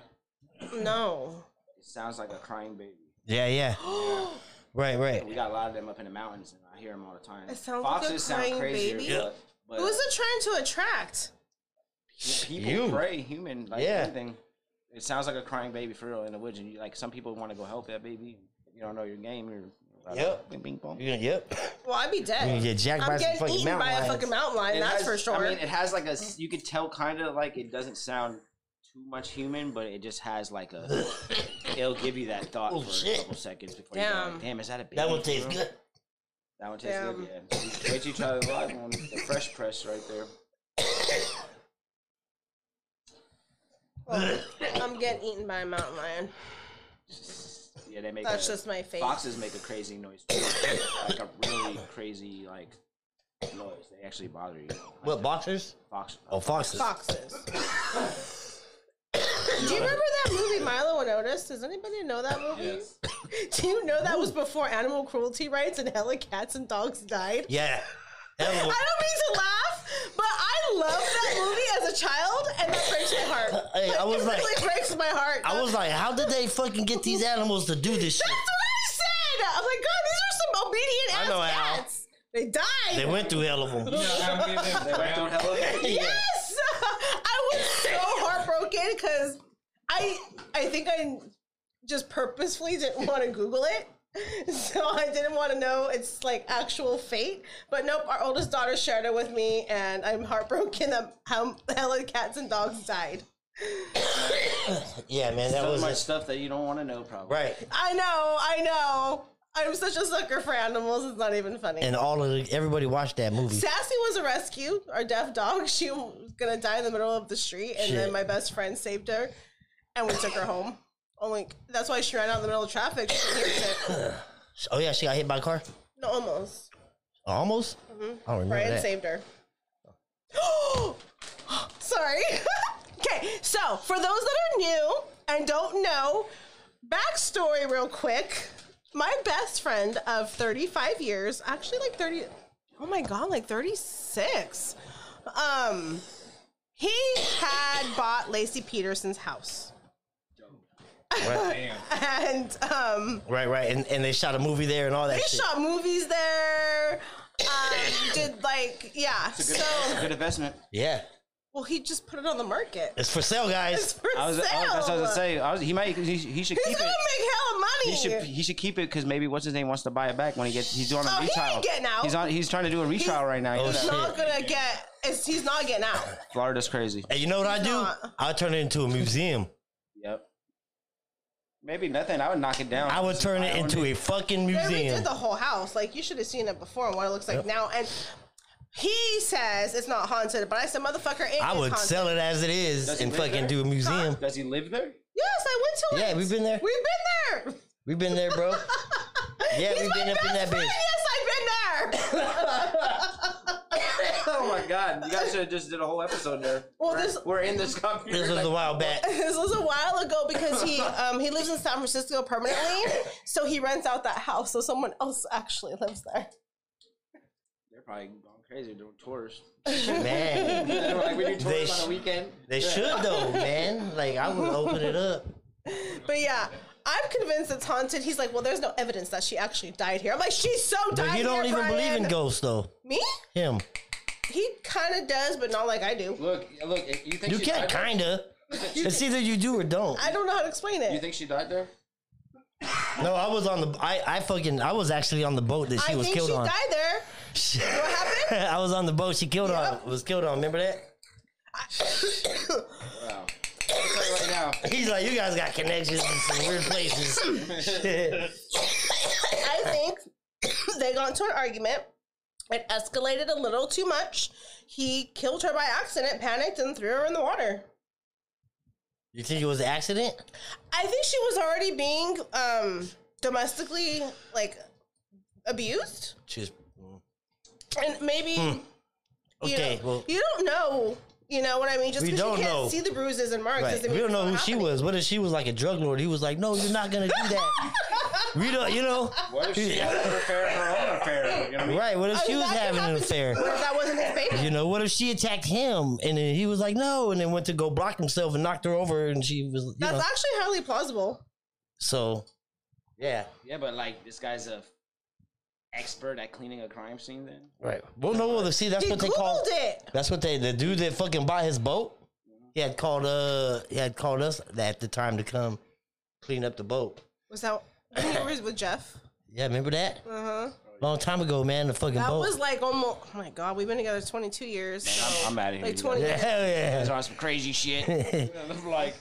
S2: No.
S4: It sounds like a crying baby.
S1: Yeah, yeah.
S2: [GASPS]
S1: right, right.
S4: We got a lot of them up in the mountains, and I hear them all the time.
S2: It sounds like a crying baby.
S1: Yeah.
S4: but, but
S2: Who is it trying to attract?
S4: people
S1: You.
S4: pray human like
S1: Yeah.
S4: anything. It sounds like a crying baby for real in the woods, and you like some people want to go help that baby. If you don't know your game, you're
S1: Yep.
S4: Bing, bing, bong.
S1: You gonna- Yep.
S2: Well, I'd be dead.
S1: You gonna get jacked by
S2: I'm
S1: some
S2: getting
S1: fucking
S2: eaten
S1: mountain
S2: by a
S1: lions.
S2: fucking mountain lion.
S4: It
S2: that's
S4: has-
S2: for sure.
S4: I mean, it has like a s- you could tell kind of like it doesn't sound too much human, but it just has
S1: [LAUGHS]
S4: like a it'll give you that thought
S1: Oh,
S4: for
S1: shit.
S4: a couple seconds before you go
S2: Damn.
S4: like, damn, is that a baby?
S1: That one
S4: for
S1: tastes
S4: real?"
S1: good.
S4: That one tastes
S2: Damn.
S4: good. Yeah, You- wait till you try the live one, the fresh press right there.
S2: Well, I'm getting eaten by a mountain lion.
S4: Yeah, they make
S2: That's
S4: a-
S2: just my face.
S4: Foxes make a crazy noise, too. like a really crazy like noise. They actually bother you. Like
S1: What boxers?
S4: fox? uh,
S1: Oh,
S4: [LAUGHS]
S1: foxes.
S2: Foxes. Do you remember that movie Milo and Otis? Does anybody know that movie?
S3: Yes.
S2: [LAUGHS] Do you know that was before animal cruelty rights and hella cats and dogs died?
S1: Yeah. That
S2: I don't
S1: one-
S2: mean
S1: [LAUGHS]
S2: to laugh, but I love that movie as a child, and that breaks my heart.
S1: Hey, I was
S2: it
S1: like-
S2: really breaks my heart.
S1: I was
S2: That's
S1: like, how did they fucking get these animals to do this shit?
S2: what I said. I'm like, God, these are some obedient
S1: I
S2: ass
S1: know how.
S2: cats. They died.
S1: They went through hell of
S3: You
S1: them.
S3: know how many of them
S4: They went through
S3: drowned?
S4: hell.
S2: Yes, [LAUGHS] I was so heartbroken because I I think I just purposefully didn't want to Google it, [LAUGHS] so I didn't want to know its like actual fate. But nope, our oldest daughter shared it with me, and I'm heartbroken that how hella cats and dogs died.
S1: Yeah, man, that
S4: So
S1: was
S4: much stuff that you don't want to know, probably.
S1: right.
S2: I know, I know. I'm such a sucker for animals. It's not even funny.
S1: And all of the, everybody watched that movie.
S2: Sassy was a rescue, our deaf dog. [LAUGHS] She was gonna die in the middle of the street, and
S1: Shit.
S2: then my best friend saved her, and we took her home. Only that's why she ran out in the middle of traffic. She couldn't hear shit.
S1: Oh yeah, she got hit by a car.
S2: No, almost.
S1: Almost.
S2: Mm-hmm.
S1: I don't remember
S2: Brian
S1: that.
S2: saved her. [GASPS] Sorry. [LAUGHS] okay, so for those that are new and don't know, backstory real quick. My best friend of 35 years, actually like 30, oh my god, like 36. Um, he had bought Lacey Peterson's house.
S3: Damn.
S2: [LAUGHS] And um
S1: Right, right. And, and they shot a movie there and all that
S2: we
S1: shit.
S2: shot movies there. Um, did like yeah.
S4: It's a good,
S2: So
S4: it's a good investment.
S1: Yeah.
S2: well he just put it on the market.
S1: It's for sale, guys.
S2: [LAUGHS] It's for
S4: I was, I
S2: sale.
S4: was- that's what I was gonna say. I was, he might. He, he should
S2: He's
S4: keep
S2: gonna
S4: it.
S2: make hella money.
S4: He should. He should keep it because maybe what's his name wants to buy it back when he gets. He's doing
S2: Oh,
S4: a
S2: he ain't
S4: retrial.
S2: getting out.
S4: He's on. He's trying to do a retrial
S2: He's-
S4: right now. You know
S1: Oh,
S4: that?
S1: shit.
S2: not gonna get. It's, he's not getting out.
S4: Florida's crazy.
S1: And you know what I do?
S2: not.
S1: I turn it into a museum.
S4: Yep. Maybe nothing. I would knock it down.
S1: I would turn it into a fucking
S2: They
S1: museum.
S2: redid the whole house. Like you should have seen it before and what it looks like now. And he says it's not haunted, but I said, motherfucker, it
S1: I
S2: is
S1: would
S2: haunted.
S1: sell it as it is
S4: Does it
S1: and
S4: live
S1: fucking
S4: there?
S1: do a museum.
S4: [LAUGHS] Does he live there? [LAUGHS]
S2: Yes, I went to it.
S1: Yeah, we've been there.
S2: We've been there.
S1: We've been there,
S2: [LAUGHS]
S1: bro. Yeah,
S2: He's
S1: we've been
S2: my
S1: up in
S2: best
S1: that
S2: friend.
S1: bitch.
S2: Yes, I've been
S1: [COUGHS]
S2: there.
S4: Oh my god! You guys should have just did a whole episode there.
S2: Well, this-
S4: we're in this computer.
S1: This was a while
S2: [LAUGHS]
S1: back.
S2: this was a while ago because he um, he lives in San Francisco permanently, so he rents out that house. So someone else actually lives there.
S4: They're probably going crazy doing tours.
S1: Man,
S4: They're like, we do tours
S1: They
S4: on
S1: sh-
S4: the weekend.
S1: they should though, man. Like I would open it up.
S2: But yeah, I'm convinced it's haunted. He's like, well, there's no evidence that she actually died here. I'm like, she so died.
S1: But you don't
S2: here,
S1: even believe
S2: Brian."
S1: in ghosts though.
S2: Me?
S1: Him.
S2: He kind of does, but not like I do.
S4: Look, look. You think
S1: You
S4: she
S1: can't
S4: died there?
S1: kinda. It's either you do or don't.
S2: I don't know how to explain it.
S4: You think she died there?
S1: No, I was on the I, I fucking I was actually on the boat that she
S2: I
S1: was
S2: think
S1: killed
S2: she
S1: on. [LAUGHS]
S2: died there. What happened?
S1: I was on the boat she killed
S2: Yep.
S1: on was killed on, remember that?
S4: Wow. I'll tell you right now.
S1: He's like, you guys got
S2: [LAUGHS]
S1: connections in some weird places. Shit.
S2: I think [COUGHS] they got into an argument. It escalated a little too much. He killed her by accident, panicked, and threw her in the water.
S1: [LAUGHS] You think it was an accident?
S2: I think she was already being um, domestically like abused,
S1: Just
S2: and maybe you
S1: Hmm. okay.
S2: know,
S1: Well,
S2: you don't know. You know what I mean? Just
S1: We
S2: because you
S1: don't
S2: can't
S1: know.
S2: see the bruises and marks,
S1: right.
S2: doesn't
S1: We
S2: mean
S1: don't
S2: it's
S1: know
S2: not
S1: who she
S2: happening.
S1: was. What if she was like a drug lord? He was like, "No, you're not gonna do
S2: [LAUGHS]
S1: that." we don't. You know.
S4: What if she had an affair, her own affair? You know what I mean?
S1: Right. What if
S2: I
S1: she
S2: mean,
S1: was
S2: that could
S1: having an
S2: happen to-
S1: affair?
S2: What if that wasn't his baby?
S1: You know, what if she attacked him and then he was like, no, and then went to go block himself and knocked her over and she was, you
S2: That's
S1: know,
S2: actually highly plausible.
S1: so yeah,
S4: Yeah, but like this guy's a expert at cleaning a crime scene. Then
S1: right. Well, no, well, see, that's
S2: He
S1: what they
S2: googled
S1: call
S2: it.
S1: that's what they the dude that fucking bought his boat. He had called uh he had called us at the time to come clean up the boat.
S2: Was that when
S1: [COUGHS]
S2: you were with Jeff?
S1: Yeah, remember that?
S2: Uh huh.
S1: Long time ago, man, the fucking
S2: That
S1: boat.
S2: was like almost. Oh my god, we've been together 22 years. so-
S4: I'm, I'm out of here.
S2: like
S4: you
S2: 20
S4: guys.
S1: yeah, [LAUGHS] hell
S4: You guys
S1: yeah.
S4: are on some crazy shit. and I'm like,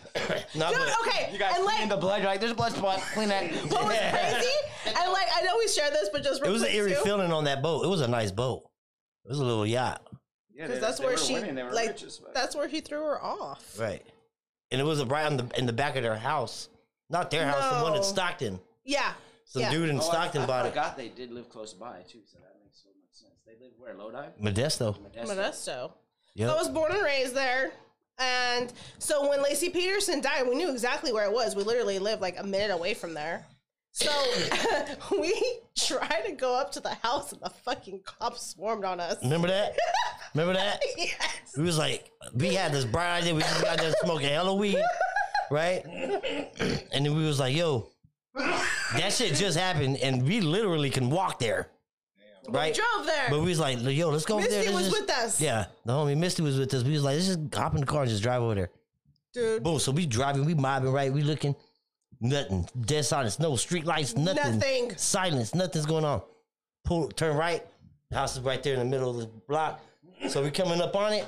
S1: Nah,
S2: Dude,
S1: but-
S2: okay.
S4: you guys
S2: and
S4: clean
S2: like,
S4: the blood. You're like, there's a blood spot. Clean that.
S2: what was crazy? and like, I know we shared this, but just
S1: It was an
S2: real
S1: eerie
S2: quick too,
S1: feeling on that boat. It was a nice boat. It was a little yacht.
S4: Yeah,
S2: because
S4: they-
S2: that's
S4: they
S2: where
S4: were
S2: she
S4: winning, they were
S2: like
S4: rich as fuck.
S2: that's where he threw her off.
S1: Right. And it was right on the in the back of their house. Not their house, the one in
S2: No.
S1: Stockton.
S2: Yeah.
S1: Some
S2: yeah.
S1: dude in
S4: Oh, I-
S1: Stockton
S4: I,
S1: bought it.
S4: forgot they did live close by too, so that makes so much sense. They live where Lodi.
S1: Modesto.
S4: Modesto.
S2: Modesto.
S1: Yep.
S2: I was born and raised there. And so when Lacey Peterson died, we knew exactly where it was. We literally lived like a minute away from there. So [LAUGHS] we tried to go up to the house and the fucking cops swarmed on us.
S1: Remember
S2: [LAUGHS]
S1: that? Remember that?
S2: Yes.
S1: We was like, we had this bright idea. We just got there smoking hella weed, right? And then we was like, yo, that shit just happened, and we literally can walk there,
S2: We
S1: right?
S2: drove there.
S1: But we was like, yo, let's go over there.
S2: Misty
S1: Let's
S2: was
S1: just-
S2: with us.
S1: Yeah, the homie Misty was with us. We was like, let's just hop in the car and just drive over there.
S2: Dude.
S1: Boom. So we driving, we mobbing, right? We looking, nothing. Dead silence. No street lights, nothing.
S2: Nothing.
S1: Silence. Nothing's going on. Pull, turn right. The house is right there in the middle of the block. So we coming up on it.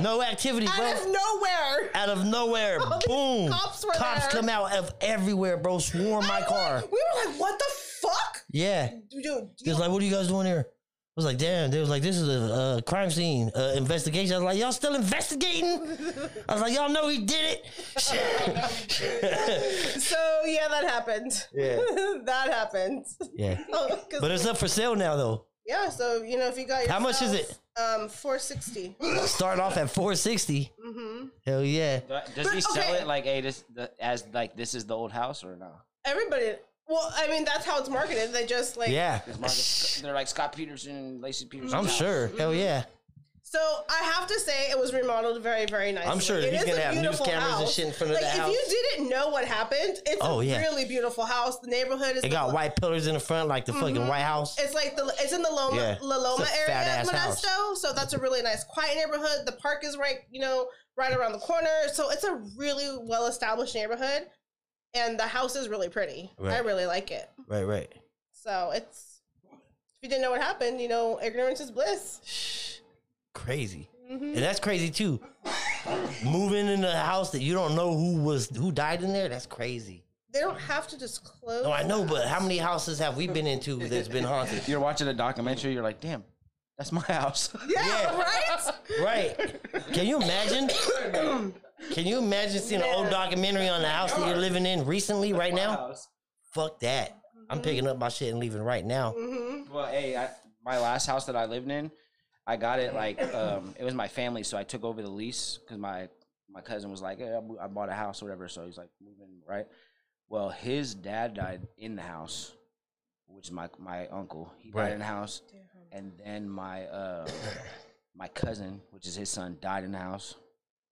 S1: No activity, bro.
S2: Out of nowhere.
S1: Out of nowhere,
S2: All these
S1: boom!
S2: cops were
S1: Cops
S2: there.
S1: come out of everywhere, bro. Swarm my car.
S2: We were like, what the fuck?
S1: Yeah,
S2: Dude, do
S1: they
S2: you
S1: was like, "What are you guys doing here?" I was like, "Damn!" They was like, "This is a, a crime scene uh, investigation." I was like, "Y'all still investigating?" I was like, "Y'all know he did it."
S2: so yeah, that happened.
S1: [LAUGHS] Yeah.
S2: [LAUGHS] that happened. [LAUGHS]
S1: yeah, but
S2: but
S1: it's up for sale now, though.
S2: yeah, so you know if you got
S1: How much is
S2: yourselves, Um, four sixty.
S1: Starting off at four sixty. Hell yeah!
S4: But Does he
S2: But,
S4: sell
S2: okay.
S4: it like, hey, this the, as like this is the old house or no?
S2: Everybody. Well, I mean that's how it's marketed. They just like
S1: Yeah,
S4: It's [LAUGHS] Marcus- They're like Scott Peterson and Lacey Peterson.
S1: I'm sure. Hell yeah!
S2: So I have to say it was remodeled very, very nicely.
S1: I'm sure
S2: It
S1: he's
S2: is
S1: gonna
S2: a
S1: have news
S2: beautiful
S1: cameras and
S2: house.
S1: shit in front of
S2: like,
S1: the
S2: if
S1: house.
S2: you didn't know what happened, it's
S1: Oh,
S2: a
S1: yeah.
S2: really beautiful house. The neighborhood is
S1: It got white pillars in the front, like the fucking White House.
S2: It's like the it's in the Loma
S1: Yeah.
S2: La Loma
S1: It's a
S2: area,
S1: fat-ass
S2: Modesto.
S1: house.
S2: So that's a really nice, quiet neighborhood. The park is right, you know, right around the corner. So it's a really well established neighborhood, and the house is really pretty. I
S1: Right.
S2: really like it.
S1: Right, right.
S2: So it's if you didn't know what happened, you know, ignorance is bliss.
S1: crazy. And that's crazy too. Moving in a house that you don't know who was who died in there, that's crazy.
S2: They don't have to disclose.
S1: No, Oh, I know, but how many houses have we been into that's been haunted?
S4: You're watching a documentary. You're like, damn, that's my [LAUGHS] house.
S2: yeah,
S1: Yeah.
S4: [LAUGHS]
S2: right. [LAUGHS]
S1: Right. Can you imagine? Can you imagine seeing an old
S2: Man.
S1: documentary on the house that you're living in recently right now?
S4: House.
S1: Fuck that. I'm picking up my shit and leaving right now.
S2: Mm-hmm.
S4: Well, hey, I, my last house that I lived in, I got it like um, it was my family, so I took over the lease because my my cousin was like, hey, I bo- I bought a house, or whatever. So he's like moving right. Well, his dad died in the house, which is my my uncle. He died
S1: Right.
S4: in the house, and then my uh, my cousin, which is his son, died in the house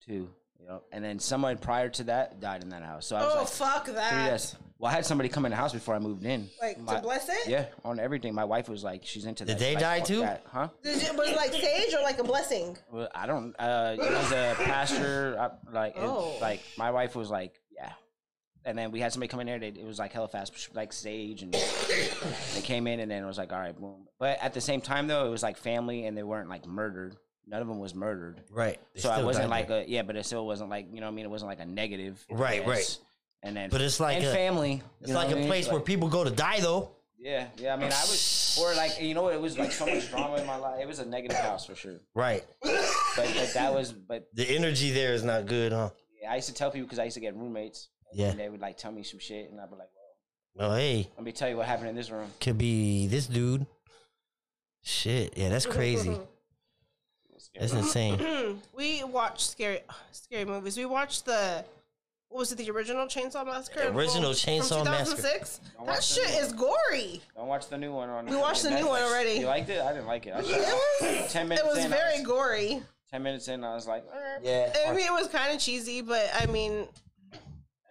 S4: too. You know? And then someone prior to that died in that house. So I was
S2: Oh
S4: like,
S2: fuck
S4: three
S2: that.
S4: deaths. Well, I had somebody come in the house before I moved in.
S2: Like, to bless it?
S4: Yeah, on everything. My wife was like, she's into
S1: Did
S4: that.
S1: they
S4: Like,
S1: die
S4: fuck
S1: too?
S4: that, Huh?
S2: Did you, was it like sage or like a blessing?
S4: Well, I don't. Uh, it
S2: [GASPS]
S4: was a pastor. I, like, it-
S2: Oh.
S4: like my wife was like, yeah. And then we had somebody come in there. They, it was like hella fast, like sage, and [COUGHS] they came in, and then it was like, all right, boom. But at the same time, though, it was like family, and they weren't like murdered. None of them was murdered.
S1: Right. They
S4: so I
S1: still
S4: wasn't
S1: died
S4: like
S1: there.
S4: a yeah, but it still wasn't like you know what I mean. It wasn't like a negative. I
S1: Right, right.
S4: guess. And then,
S1: But it's like
S4: and
S1: a-
S4: family.
S1: it's like a place where people go to die though.
S4: Yeah, yeah. I mean, I was, or like, you know, it was like so much drama in my life. It was a negative house for sure.
S1: Right.
S4: But, but that was, but
S1: The energy there is not good, huh?
S4: I used to tell people because I used to get roommates.
S1: Yeah.
S4: And they would like tell me some shit, and I'd be like, well,
S1: Well, hey,
S4: let me tell you what happened in this room.
S1: could be this dude. Shit. Yeah, that's crazy. That's insane.
S2: we watched scary scary movies. We watched the what was it? The original Chainsaw Massacre.
S1: The original Chainsaw Massacre.
S2: 2006?
S4: Don't
S2: That
S4: watch
S2: shit
S4: that.
S2: is gory.
S4: Don't watch the new one. On
S2: We watched the new one already.
S4: You liked it? I didn't like it.
S2: [LAUGHS]
S4: I
S2: It
S4: tried-
S2: was,
S4: 10
S2: it
S4: minutes
S2: was
S4: in, I
S2: very
S4: was-
S2: gory.
S4: Ten minutes in, I was like, "Eh."
S1: Yeah.
S2: I mean, it was kind of cheesy, but I mean,
S4: and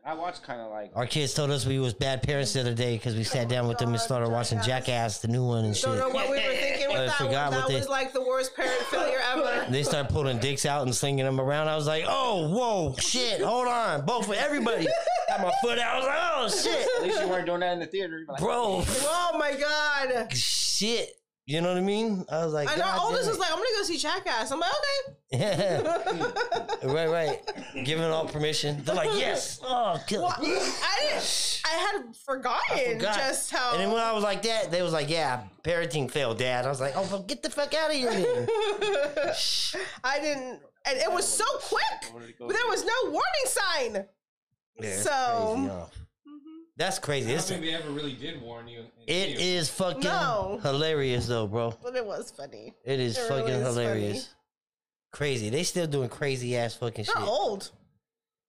S4: I watched kind of like
S1: Our kids told us we was bad parents the other day because we sat down with them and started watching Jackass, the new one and
S2: don't
S1: shit.
S2: know what we were thinking with
S1: I
S2: that one.
S1: forgot
S2: That
S1: what they-
S2: was like the worst parent failure
S1: [LAUGHS]
S2: ever.
S1: They start pulling dicks out and slinging them around. I was like, oh, whoa, shit, hold on. Both for everybody. Got my foot out. I was like, oh, shit.
S4: at least you weren't doing that in the theater, You're like,
S1: Bro,
S2: Oh my god!
S1: shit. You know what I mean? I was like,
S2: And our
S1: "God
S2: oldest
S1: damn
S2: was
S1: it."
S2: like, "I'm gonna go see Jackass." I'm like,
S1: [LAUGHS]
S2: "Okay."
S1: Yeah. [LAUGHS] right, right. Giving all permission. They're like, yes. Oh, kill
S2: Well, I didn't. I had forgotten
S1: forgot.
S2: just how.
S1: And then when I was like that, they was like, yeah, parenting failed, dad. I was like, oh, well, get the fuck out of here then.
S2: [LAUGHS] I didn't. And it was so quick. There was no warning sign.
S1: Yeah, that's
S2: So- mm-hmm.
S1: crazy, huh? That's crazy.
S3: I don't
S1: It's,
S3: think
S1: it
S3: they ever really did warn you. and you.
S1: is fucking
S2: No.
S1: hilarious though, bro.
S2: But it was funny.
S1: It is
S2: It really
S1: fucking
S2: is
S1: hilarious.
S2: funny.
S1: Crazy. They still doing crazy ass fucking
S2: They're
S1: shit.
S2: old.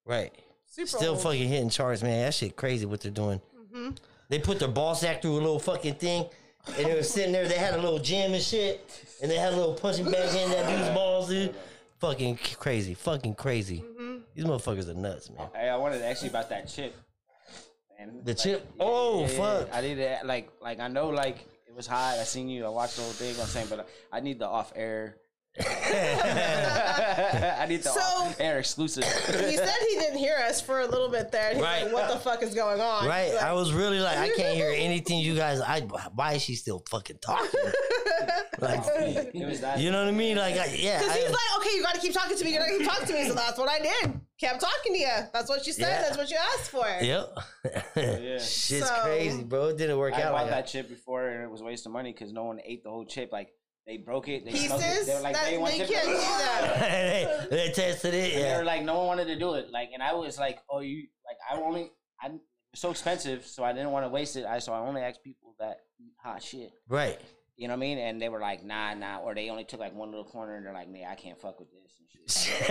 S1: Right.
S2: Super
S1: Still
S2: old.
S1: fucking hitting charts, man. That shit crazy what they're doing.
S2: Mhm.
S1: They put their ball sack through a little fucking thing, and they were sitting there. They had a little gym and shit, and they had a little punching bag in that dude's balls, dude. Fucking c- crazy. Fucking crazy.
S2: Mm-hmm.
S1: These motherfuckers are nuts, man.
S4: Hey, I wanted to ask you about that chip. man.
S1: The chip? Oh, fuck.
S4: I need to like like I know like it was hot. I seen you. I watched the whole thing. I'm saying, but I need the off
S1: [LAUGHS]
S4: air. I need the
S2: So-
S4: off air
S1: [LAUGHS]
S4: exclusive.
S2: He said he didn't hear us for a little bit there. And he's
S1: Right.
S2: like, "What the fuck is going on?"
S1: Right?
S2: Like,
S1: I was really like, I can't hear anything you guys. I why is she still fucking
S2: [LAUGHS]
S1: talking? Like,
S4: it was that.
S1: you know what I mean? Like, I, yeah.
S2: [LAUGHS] Cause
S1: I-
S2: he's like, okay, you gotta keep talking to me. You gotta keep talking to me. So that's what I did. Kept talking to you. That's what you said.
S1: Yeah.
S2: That's what you asked for.
S1: [LAUGHS] Yep. [LAUGHS] Shit's
S2: So-
S1: crazy, bro. It didn't work
S4: I
S1: out
S4: bought
S1: like
S4: that
S1: that.
S4: chip before, and it was a waste of money because no one ate the whole chip. Like they broke it. They smoked it.
S2: Pieces.
S4: They were like,
S2: that,
S4: they want
S2: you
S4: chip.
S2: can't do
S1: [LAUGHS]
S2: that.
S1: they, they tested it.
S4: And they
S1: Yeah.
S4: were like, no one wanted to do it. Like, and I was like, oh, you like, I only, I it's so expensive, so I didn't want to waste it. I so I only asked people that eat hot shit.
S1: Right.
S4: You know what I mean? And they were like, nah, nah, or they only took like one little corner, and they're like, nah, I can't fuck with this and shit.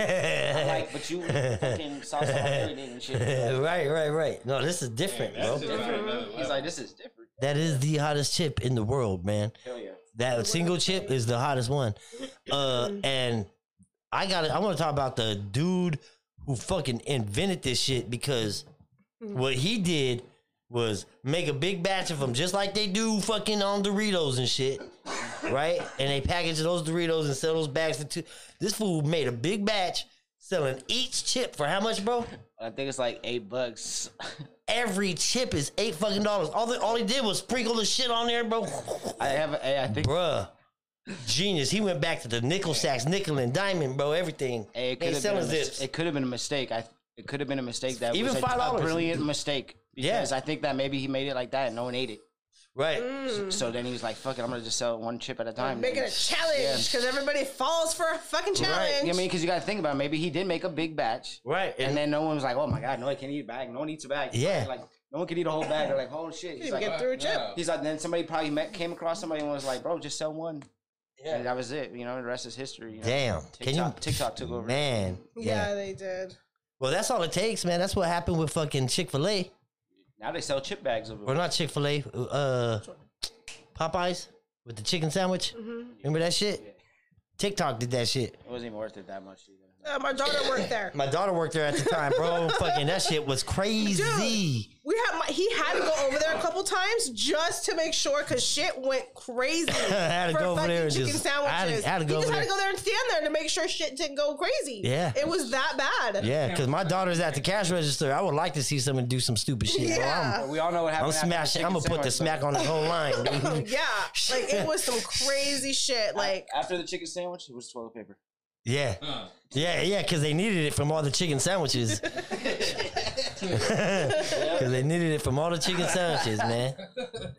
S1: [LAUGHS]
S4: I'm like, but you fucking saw some everything and shit.
S1: right, right, right. No, this is different,
S3: That's
S1: bro.
S3: just on another
S4: He's
S3: level.
S4: like, this is different.
S1: That is the hottest chip in the world, man.
S4: Hell yeah.
S1: That single chip is the hottest one. Uh, and I got to I want to talk about the dude who fucking invented this shit because what he did was make a big batch of them just like they do fucking on Doritos and shit, right? And they package those Doritos and sell those bags for two. This fool made a big batch selling each chip for how much, bro?
S4: I think it's like eight bucks. [LAUGHS]
S1: Every chip is eight fucking dollars. All the all he did was sprinkle the shit on there, bro.
S4: I have, hey, I think,
S1: Bruh. Genius. He went back to the nickel sacks, nickel and diamond, bro. Everything.
S4: hey, it
S1: They
S4: could have been,
S1: selling
S4: a mis-
S1: this.
S4: it could have been a mistake. I, it could have been a mistake that
S1: Even
S4: was a- a,
S1: $5.
S4: brilliant mistake.
S1: Yeah.
S4: Because I think that maybe he made it like that and no one ate it.
S1: Right.
S2: Mm.
S4: So then he was like, "Fuck it, I'm gonna just sell one chip at a time."
S2: Make it a challenge because everybody falls for a fucking challenge.
S4: Yeah, I mean, because you gotta think about it. maybe he did make a big batch,
S1: Right.
S4: and then no one was like, "Oh my god, no one can eat a bag. No one eats a bag."
S1: Yeah.
S4: like no one can eat a whole bag. They're like, "Oh shit." He's
S2: even
S4: like,
S2: get through a chip.
S3: Yeah.
S4: he's like, then somebody probably met, came across somebody and was like, "Bro, just sell one."
S1: Yeah.
S4: And that was it. You know, the rest is history. You know?
S1: Damn. Can you
S4: TikTok, TikTok took over.
S1: Man.
S2: yeah.
S1: Yeah.
S2: they did.
S1: Well, that's all it takes, man. That's what happened with fucking Chick-fil-A.
S4: Now they sell chip bags over.
S1: Or not Chick-fil-A, uh Popeyes with the chicken sandwich.
S2: Mm-hmm.
S1: Remember that shit? TikTok did that shit.
S4: It wasn't even worth it that much either.
S2: Uh, my daughter
S1: [LAUGHS]
S2: worked there.
S1: My daughter worked there at the time,
S2: [LAUGHS]
S1: bro. fucking that shit was crazy.
S2: We had my, he had to go over there a couple times just to make sure because shit went
S1: [LAUGHS]
S2: crazy.
S1: had to
S2: for
S1: go over
S2: fucking
S1: there and
S2: chicken
S1: just- I had to-
S2: sandwiches.
S1: I had to go
S2: he just
S1: over
S2: had to go there and stand there to make sure shit didn't go crazy.
S1: Yeah.
S2: it was that bad.
S1: Yeah, because my daughter's at the cash register. I would like to see someone do some stupid shit. bro. I'm-
S2: Yeah.
S4: But we all know what
S1: I'm,
S4: happened. after the
S1: smashing. I'm
S4: chicken
S1: gonna put the
S4: sandwich, though.
S1: smack on the whole line.
S2: [LAUGHS]
S1: dude.
S2: Oh, yeah, like it was
S1: [LAUGHS]
S2: some crazy shit. Like
S4: after the chicken sandwich. It was toilet paper.
S1: Yeah,
S3: Huh.
S1: [LAUGHS] yeah, yeah. Because they needed it from all the chicken sandwiches. Because they needed it from all the chicken sandwiches, man.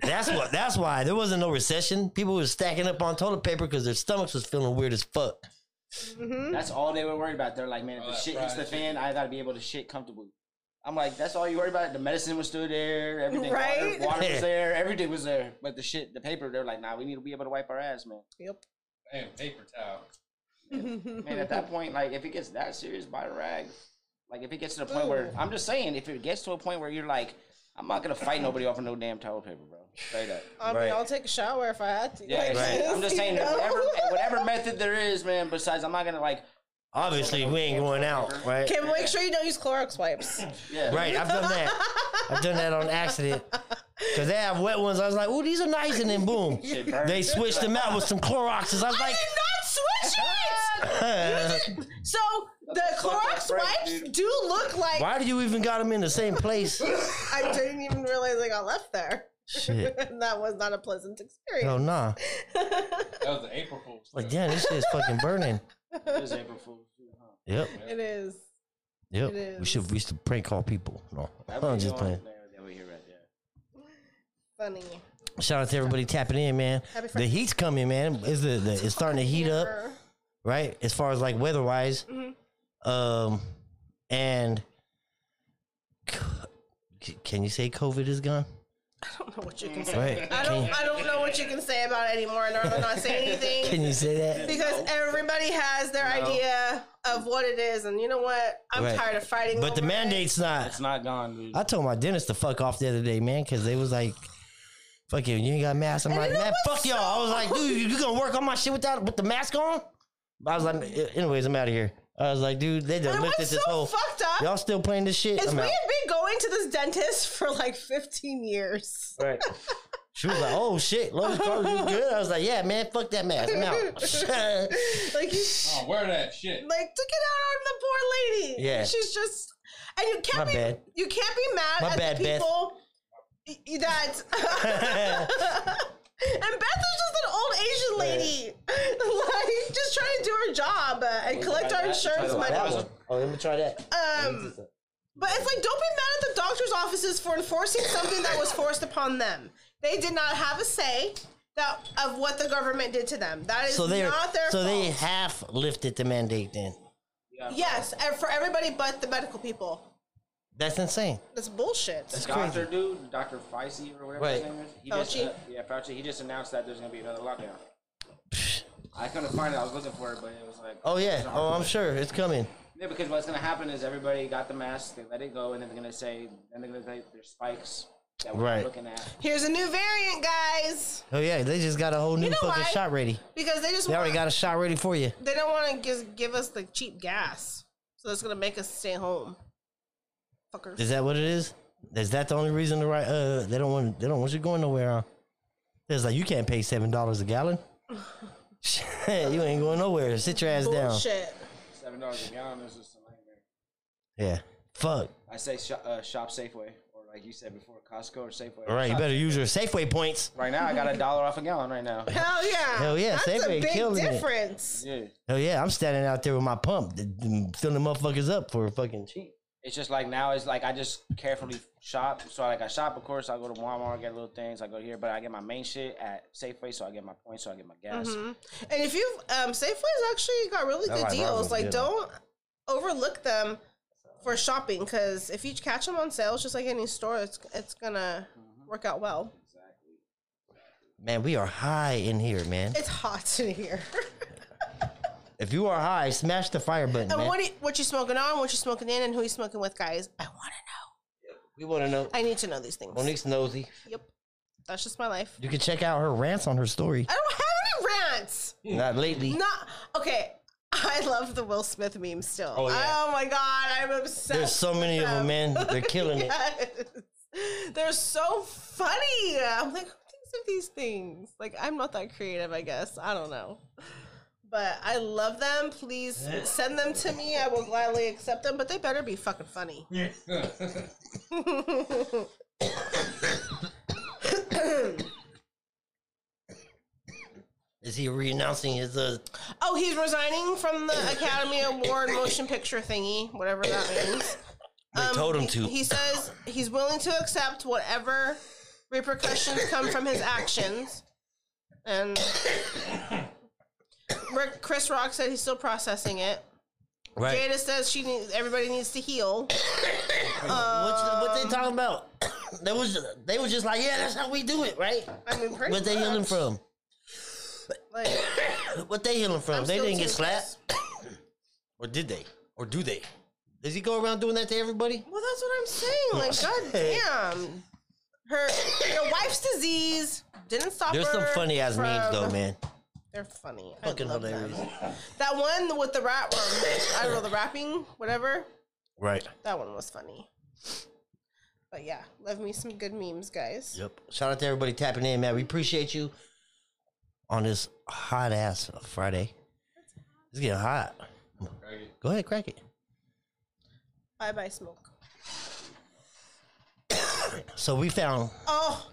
S1: That's what. That's why there wasn't no recession. People were stacking up on toilet paper because their stomachs was feeling weird as fuck.
S2: Hmm?
S4: That's all they were worried about. They're like, man, if
S3: All
S4: the
S3: that
S4: shit hits the
S3: fried
S4: fan, I gotta be able to shit comfortably. I'm like, that's all you worried about. The medicine was still there, everything,
S2: Right?
S4: water, water
S1: [LAUGHS]
S4: was there, everything was there. But the shit, the paper, they're like, nah, we need to be able to wipe our ass, man.
S2: Yep.
S3: And paper towel.
S4: Man,
S2: [LAUGHS]
S4: at that point, like, if it gets that serious, buy a rag. Like, if it gets to the point where I'm just saying, if it gets to a point where you're like, I'm not gonna fight nobody off of no damn toilet paper, bro. Straight up.
S2: I mean,
S1: Right.
S2: I'll take a shower if I had to.
S4: Yeah,
S2: Like,
S1: Right.
S4: I'm just
S2: [LAUGHS] you
S4: saying,
S2: know?
S4: whatever, whatever method there is, man. Besides, I'm not gonna like,
S1: Obviously, we ain't going out, right?
S2: [LAUGHS] Okay, but make sure you don't use Clorox wipes.
S4: yeah,
S1: [LAUGHS] Right, I've done that. I've done that on accident. Cause they have wet ones. I was like, "Ooh, these are nice," and then boom,
S4: Shit burn.
S1: they switched them out with some Cloroxes. I was like,
S2: Not switch
S1: [LAUGHS]
S2: it. So the
S4: a fucked up
S2: Clorox
S4: prank,
S2: wipes
S4: dude.
S2: do look like
S1: "Why do you even got them in the same place?"
S2: I didn't even realize I got left there. [LAUGHS]
S1: Shit.
S2: And that was not a pleasant
S1: Oh
S2: experience.
S1: nah.
S3: That was the April Fool's.
S1: Like, damn, this shit is fucking burning.
S4: It was April Fool's, too, huh?
S1: Yep,
S2: It is.
S1: yep.
S2: It
S1: We should
S2: is.
S1: we should prank call people. No, I'm just playing.
S2: Funny.
S1: Shout out to everybody tapping in, man.
S2: Happy
S1: The
S2: Friday.
S1: heat's coming, man. Is the, the it's starting to heat up, right? As far as like weather wise,
S2: Mm-hmm.
S1: um, and c- can you say COVID is gone?
S2: I [LAUGHS] don't know what you can say.
S1: Right? Can,
S2: I don't I don't know what you can say about it anymore, and I'm
S1: [LAUGHS]
S2: not saying anything.
S1: can you say that?
S2: because everybody has their idea of what it is, and you know what? I'm
S1: Right.
S2: tired of fighting.
S1: But the
S2: over it.
S1: mandate's not.
S4: It's not gone, dude.
S1: I told my dentist to fuck off the other day, man, because they was like, "Fuck you, you ain't got a mask." I'm
S2: And
S1: like,
S2: it
S1: "Man,
S2: was
S1: fuck y'all." I was like, "Dude, you, you gonna work on my shit without with the mask on?" I was like, "Anyways, I'm out of here." I was like, "Dude, they just
S2: And
S1: lifted
S2: what's
S1: this
S2: so
S1: whole
S2: fucked up
S1: y'all still playing this shit."
S2: is
S1: I'm
S2: we
S1: out.
S2: have been going to this dentist for like 15 years.
S1: Right. She was like, "Oh shit, Lois Carter, you good?" I was like, "Yeah, man, fuck that mask, I'm
S2: [LAUGHS]
S1: out."
S2: [LAUGHS] Like you,
S3: Oh, wear that shit.
S2: like to get out on the poor lady.
S1: Yeah.
S2: she's just, and you
S1: My
S2: can't be
S1: bad.
S2: you can't be mad
S1: My
S2: at
S1: bad,
S2: the
S1: Beth.
S2: people y-
S1: [LAUGHS]
S2: that. [LAUGHS] And Beth is just an old Asian lady, [LAUGHS] like just trying to do her job uh, and collect our
S4: that. Try
S2: insurance
S4: that
S2: money.
S1: That one. Oh, let me try that.
S2: Um, but it's like, don't be mad at the doctor's offices for enforcing something that was forced upon them. They did not have a say that of what the government did to them. That is
S1: So they
S2: not their
S1: so
S2: fault.
S1: they half lifted the mandate. Then
S2: yes, and for everybody but the medical people.
S1: that's insane.
S2: That's bullshit.
S4: Doctor dude, Doctor Feisty or whatever his
S1: Right.
S4: name is. He just,
S2: Fauci.
S4: uh, yeah, Fauci. He just announced that there's gonna be another lockdown. I couldn't find it. I was looking for it, but it was like,
S1: Oh yeah. Oh, I'm sure it's coming.
S4: yeah, because what's gonna happen is everybody got the mask, they let it go, and then they're gonna say, then they're gonna say there's spikes that we're
S1: Right.
S4: looking at.
S2: Here's a new variant, guys,
S1: Oh yeah, they just got a whole new
S2: know
S1: fucking
S2: why?
S1: shot ready.
S2: because they just
S1: They
S2: want,
S1: already got a shot ready for you.
S2: they don't want to just give us the cheap gas, so that's gonna make us stay home. Fuckers.
S1: Is that what it is? Is that the only reason to write? Uh, they don't want they don't want you going nowhere. Huh? It's like you can't pay seven dollars a
S2: [LAUGHS]
S1: gallon. you ain't going nowhere. Sit your ass down.
S2: bullshit.
S4: Seven dollars a gallon is just a nightmare.
S1: Yeah. Fuck.
S4: I say sho uh, shop Safeway, or like you said before, Costco or Safeway.
S1: All right, you
S4: Shop-
S1: better use your Safeway points.
S4: Right now, I got a dollar off a gallon right now.
S2: Hell yeah.
S1: Hell yeah,
S2: That's a
S1: Safeway
S2: big
S1: killing it.
S2: difference.
S4: [LAUGHS] Yeah.
S1: Oh yeah, I'm standing out there with my pump, th- th- filling motherfuckers up for a fucking cheap.
S4: It's just like now it's like I just carefully shop. So like I shop, of course, I go to Walmart, get little things, I go here, but I get my main shit at Safeway, so I get my points, so I get my gas.
S1: Mm-hmm.
S2: Mm-hmm. And if you've um, Safeway's actually got really
S1: That's why
S2: good
S1: I brought
S2: deals.
S1: them,
S2: Like,
S1: yeah.
S2: don't overlook them for shopping because if you catch them on sales, just like any store, it's it's gonna work out well.
S1: Man, we are high in here, man.
S2: It's hot in here. [LAUGHS]
S1: If you are high, smash the fire button,
S2: and
S1: man.
S2: what you, what you smoking on? What you smoking in? And who you smoking with, guys? I want to
S1: we want to know.
S2: know. I need to know these things.
S1: Monique's nosy.
S2: Yep, that's just my life.
S1: You can check out her rants on her story.
S2: I don't have any rants.
S1: Not lately.
S2: Not okay. I love the Will Smith meme still.
S1: Oh, yeah.
S2: oh my god, I'm obsessed.
S1: There's so many of them, man. They're killing it.
S2: [LAUGHS] Yes. They're so funny. I'm like, who thinks of these things? Like, I'm not that creative, I guess. I don't know. But I love them. Please send them to me. I will gladly accept them, but they better be fucking funny.
S1: Is he renouncing his uh?
S2: Oh, he's resigning from the Academy Award motion picture thingy, whatever that means. Um,
S1: They told him to.
S2: He, he says he's willing to accept whatever repercussions come from his actions. And Rick, Chris Rock said he's still processing it.
S1: Right.
S2: Jada says she needs everybody needs to heal.
S1: what, what they talking about? [COUGHS] they was they was just like, yeah, that's how we do it, right?
S2: I mean, pretty
S1: What they
S2: much.
S1: healing from?
S2: Like,
S1: What they healing from?
S2: I'm
S1: they
S2: still
S1: didn't get
S2: team Chris.
S1: slapped, [COUGHS] or did they? Or do they? Does he go around doing that to everybody?
S2: Well, that's what I'm
S1: Oh,
S2: saying. Like, goddamn, her your wife's disease didn't stop
S1: There's
S2: her.
S1: some funny ass memes
S2: from-
S1: though, man.
S2: They're funny. I
S1: Fucking
S2: love them.
S1: hilarious.
S2: That one with the rap, I don't know, the rapping, whatever.
S1: Right.
S2: That one was funny. But yeah, love me some good memes, guys.
S1: Yep. Shout out to everybody tapping in, man. We appreciate you on this hot ass Friday. It's getting hot. Go ahead, crack it.
S2: Bye bye, smoke.
S1: So we found
S2: Oh,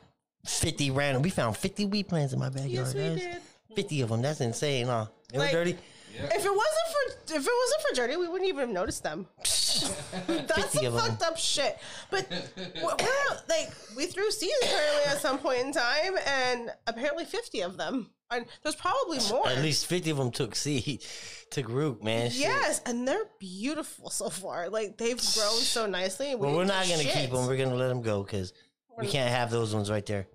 S1: 50 random. We found 50 weed plants in my backyard.
S2: yes, we
S1: guys.
S2: did.
S1: 50 of them. That's insane, huh? They were
S2: Like-
S1: dirty.
S2: If it wasn't for if it wasn't for Dirty, we wouldn't even have noticed them. [LAUGHS] That's
S1: 50
S2: some
S1: of 'em.
S2: fucked up shit. But we're, we're, like we threw seeds apparently at some point in time, and apparently fifty of them. And there's probably more.
S1: At least 50 of them took seed, [LAUGHS] took root, man. Shit.
S2: Yes, and they're beautiful so far. Like they've grown so nicely.
S1: Well, we're not going
S2: gonna
S1: to keep them. We're going to let them go because we can't have those ones right there.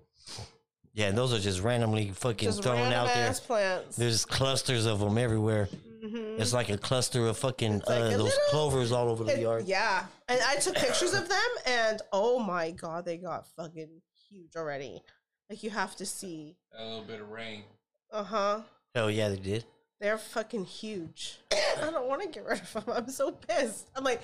S1: Yeah, and those are just randomly fucking
S2: Just
S1: thrown
S2: random
S1: out there.
S2: ass plants.
S1: There's clusters of them everywhere. It's like a cluster of fucking uh,
S2: like a
S1: those
S2: little-
S1: clovers all over the
S2: It-
S1: yard.
S2: [LAUGHS] Yeah, and I took pictures of them, and oh my god, they got fucking huge already. Like you have to see.
S3: A little bit of rain.
S2: Uh huh.
S1: Hell yeah, they did.
S2: They're fucking huge. I don't want to get rid of them. I'm so pissed. I'm like,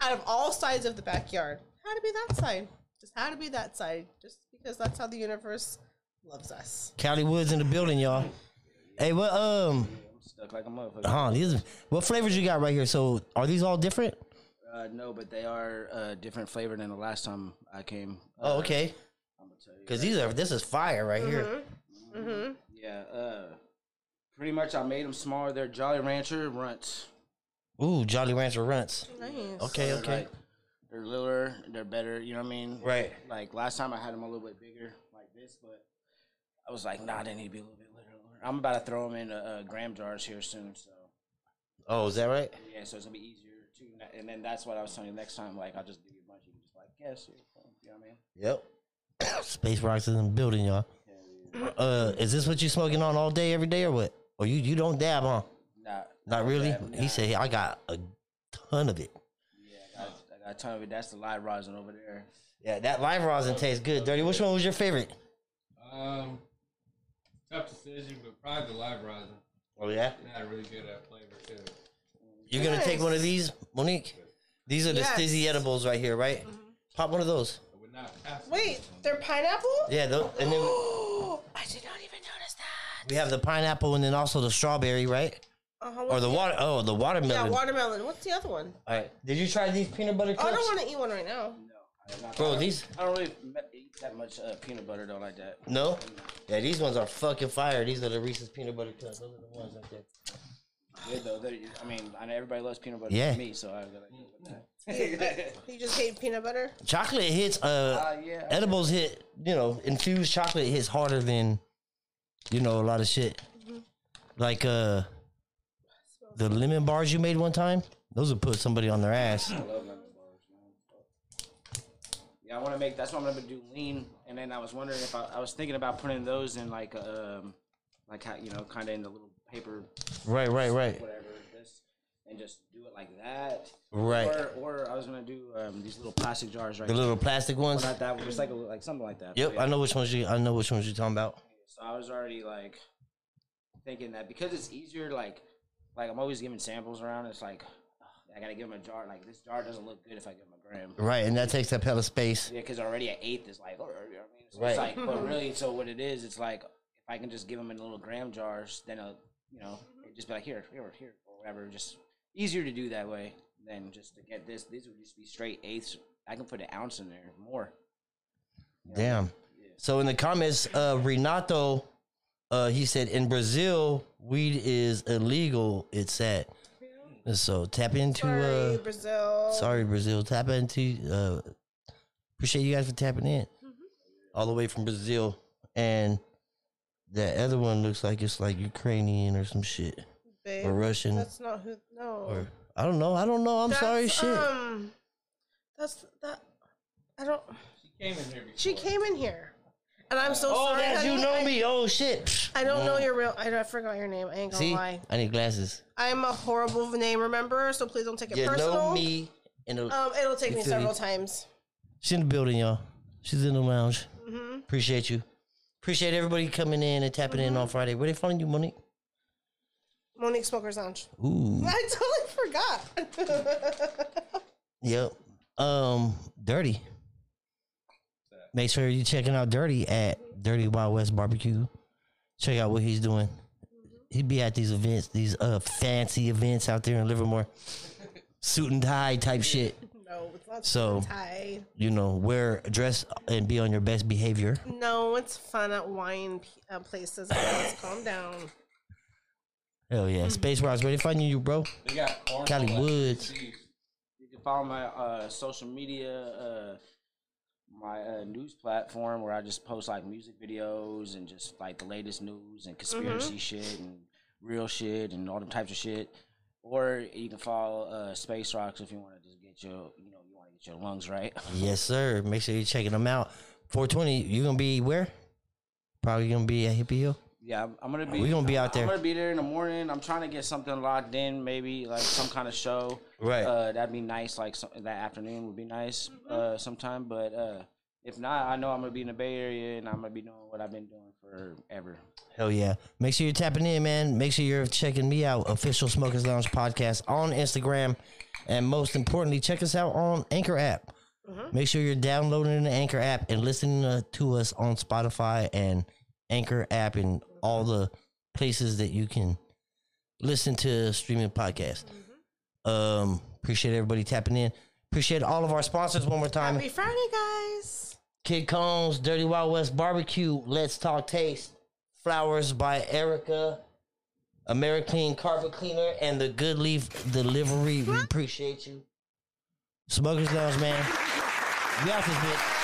S2: out of all sides of the backyard, how to be that side? Just how to be that side? Just because that's how the universe loves us.
S1: Cali Woods in the building, y'all. Hey, what um,
S4: I'm stuck like a motherfucker.
S1: huh? These what flavors you got right here? So are these all different?
S4: Uh, no, but they are uh, different flavor than the last time I came. Uh,
S1: Oh, okay.
S4: I'm gonna tell you.
S1: Cause these are this is fire right here.
S2: Mm-hmm.
S4: Yeah. Uh, pretty much, I made them smaller. They're Jolly Rancher runts.
S1: Ooh, Jolly Rancher runts.
S2: Nice.
S1: Okay,
S4: They're
S1: okay.
S4: like- they're littler. They're better. You know what I mean?
S1: Right.
S4: Like last time, I had them a little bit bigger, like this, but I was like, nah, they need to be a little bit littler. I'm about to throw them in uh, uh, gram jars here soon, so
S1: Oh, is that right?
S4: yeah, so it's gonna be easier too. And then that's what I was telling you next time. Like, I'll just give you a bunch. You can just like, yes, you know what I mean?
S1: Yep. [COUGHS] Space rocks is in the building, y'all. Uh, is this what you smoking on all day, every day, or what? Or you you don't dab, huh?
S4: Nah,
S1: Not really.
S4: dab,
S1: He
S4: nah.
S1: said I got a ton of it.
S4: yeah, I got, I got a ton of it. That's the live rosin over there.
S1: Yeah, that live rosin tastes good. Dirty. Which one was your favorite?
S3: Um, tough decision, but probably the live rosin.
S1: Oh yeah.
S3: Not really good at flavor too.
S1: You're gonna take one of these, Monique. These are the
S2: Yes.
S1: stizzy edibles right here, right? Pop one of those.
S3: I would not pass. on
S2: Wait,
S3: this one.
S2: they're pineapple?
S1: Yeah, tho- and then
S2: Oh, [GASPS] I did not even notice that.
S1: we have the pineapple and then also the strawberry, right?
S2: Uh-huh,
S1: Or
S2: what's
S1: the water? Oh, the
S2: Yeah,
S1: watermelon.
S2: watermelon. What's the other one?
S1: All right. Did you try these peanut butter cups?
S2: Oh, I don't want to eat one right now.
S1: Bro, these
S4: I don't really me- eat that much uh, peanut butter though, like that.
S1: no. Yeah, these ones are fucking fire. These are the Reese's peanut butter cups. Those are the ones right there.
S4: Good though. They're- I mean, I know everybody loves peanut butter.
S1: Yeah.
S4: Yeah. Me, so I was like,
S2: You just hate peanut butter?
S1: Chocolate hits. Uh,
S4: uh, yeah.
S1: edibles hit. You know, infused chocolate hits harder than, you know, a lot of shit.
S2: Mm-hmm.
S1: Like uh, the lemon bars you made one time. Those would put somebody on their ass.
S4: I love lemon bars, man. Fuck. Yeah, I want to make. That's what I'm gonna do. Lean, and then I was wondering if I, I was thinking about putting those in like a, um, like how you know, kind of in the little paper,
S1: Right, right, right.
S4: whatever this, and just do it like that.
S1: Right.
S4: Or, or I was gonna do um, these little plastic jars right.
S1: The little plastic ones.
S4: Not that one, just like a, like something like that.
S1: Yep,
S4: Yeah.
S1: I know which ones you. I know which ones you're talking about.
S4: So I was already like thinking that because it's easier, like like I'm always giving samples around. It's like ugh, I gotta give them a jar. Like this jar doesn't look good if I give them a gram.
S1: Right, and that takes up hella space.
S4: Yeah, because already an eighth is like, "Arr," you know what I mean? So
S1: Right.
S4: It's like, but really, so what it is, it's like if I can just give them in little gram jars, then I'll, you know, it'd just be like here, here, here, or whatever. Just easier to do that way than just to get this. These would just be straight eighths. I can put an ounce in there more.
S1: Damn. So in the comments, uh, Renato, uh, he said in Brazil weed is illegal. It's sad. So tap into.
S2: Sorry,
S1: uh,
S2: Brazil.
S1: Sorry, Brazil. Tap into. Uh, appreciate you guys for tapping in,
S2: Mm-hmm.
S1: all the way from Brazil. And that other one looks like it's like Ukrainian or some shit,
S2: Babe,
S1: or Russian,
S2: That's not who. No.
S1: or I don't know. I don't know. I'm
S2: That's,
S1: sorry. Shit.
S2: Um, that's that. I don't.
S3: She came in here before.
S2: She came in here, and I'm so
S1: oh,
S2: sorry.
S1: that you
S2: honey.
S1: know
S2: I,
S1: me. Oh shit. Mm.
S2: I don't know your real. I, I forgot your name. I ain't gonna
S1: See,
S2: lie.
S1: I need glasses.
S2: I'm a horrible name rememberer, so please don't take it
S1: You
S2: personal.
S1: know me. In the,
S2: Um, it'll take
S1: You
S2: me
S1: feel
S2: several
S1: me?
S2: times.
S1: she's in the building, y'all. She's in the lounge.
S2: hmm
S1: Appreciate you. Appreciate everybody coming in and tapping in on Friday. Where they finding you, Monique?
S2: Monique Smoker's Lounge. [LAUGHS]
S1: Ooh.
S2: I totally forgot. [LAUGHS]
S1: Yep. Um, Dirty. Make sure you're checking out Dirty at Dirty Wild West Barbecue. Check out what he's doing. He'd be at these events, these uh fancy events out there in Livermore. Suit and tie type shit.
S2: no, it's not
S1: So-
S2: tie.
S1: You know, wear dress and be on your best behavior.
S2: No, it's fun at wine p- uh, places. Guys, calm down.
S1: Hell yeah. Space Rocks, where they find you, bro?
S3: They got cornhole
S1: Cali
S3: at
S1: Woods.
S3: CC's.
S4: You can follow my uh, social media, uh, my uh, news platform where I just post like music videos and just like the latest news and conspiracy shit and real shit and all them types of shit. Or you can follow uh, Space Rocks if you want to just get your, you know, you want to get your lungs right. [LAUGHS]
S1: Yes, sir. Make sure you're checking them out. 420, you gonna be where? Probably gonna be at Hippie Hill.
S4: yeah, I'm, I'm gonna be.
S1: Oh, We gonna be out there.
S4: I'm gonna be there in the morning. I'm trying to get something locked in, maybe like some kind of show.
S1: Right.
S4: Uh, that'd be nice. Like some, that afternoon would be nice uh, sometime. But uh, if not, I know I'm gonna be in the Bay Area and I'm gonna be doing what I've been doing forever.
S1: Hell yeah. Make sure you're tapping in, man. Make sure you're checking me out, Official Smokers Lounge Podcast on Instagram. And most importantly, check us out on Anchor app. Make sure you're downloading the Anchor app and listening uh, to us on Spotify and Anchor app and all the places that you can listen to streaming podcasts. Um, appreciate everybody tapping in. Appreciate all of our sponsors one more time.
S2: Happy Friday, guys.
S1: Kid Combs, Dirty Wild West Barbecue, Let's Talk Taste, Flowers by Erica, American Carpet Cleaner, and the Good Leaf Delivery. We appreciate you. Smokers Lounge, man. We out this bitch.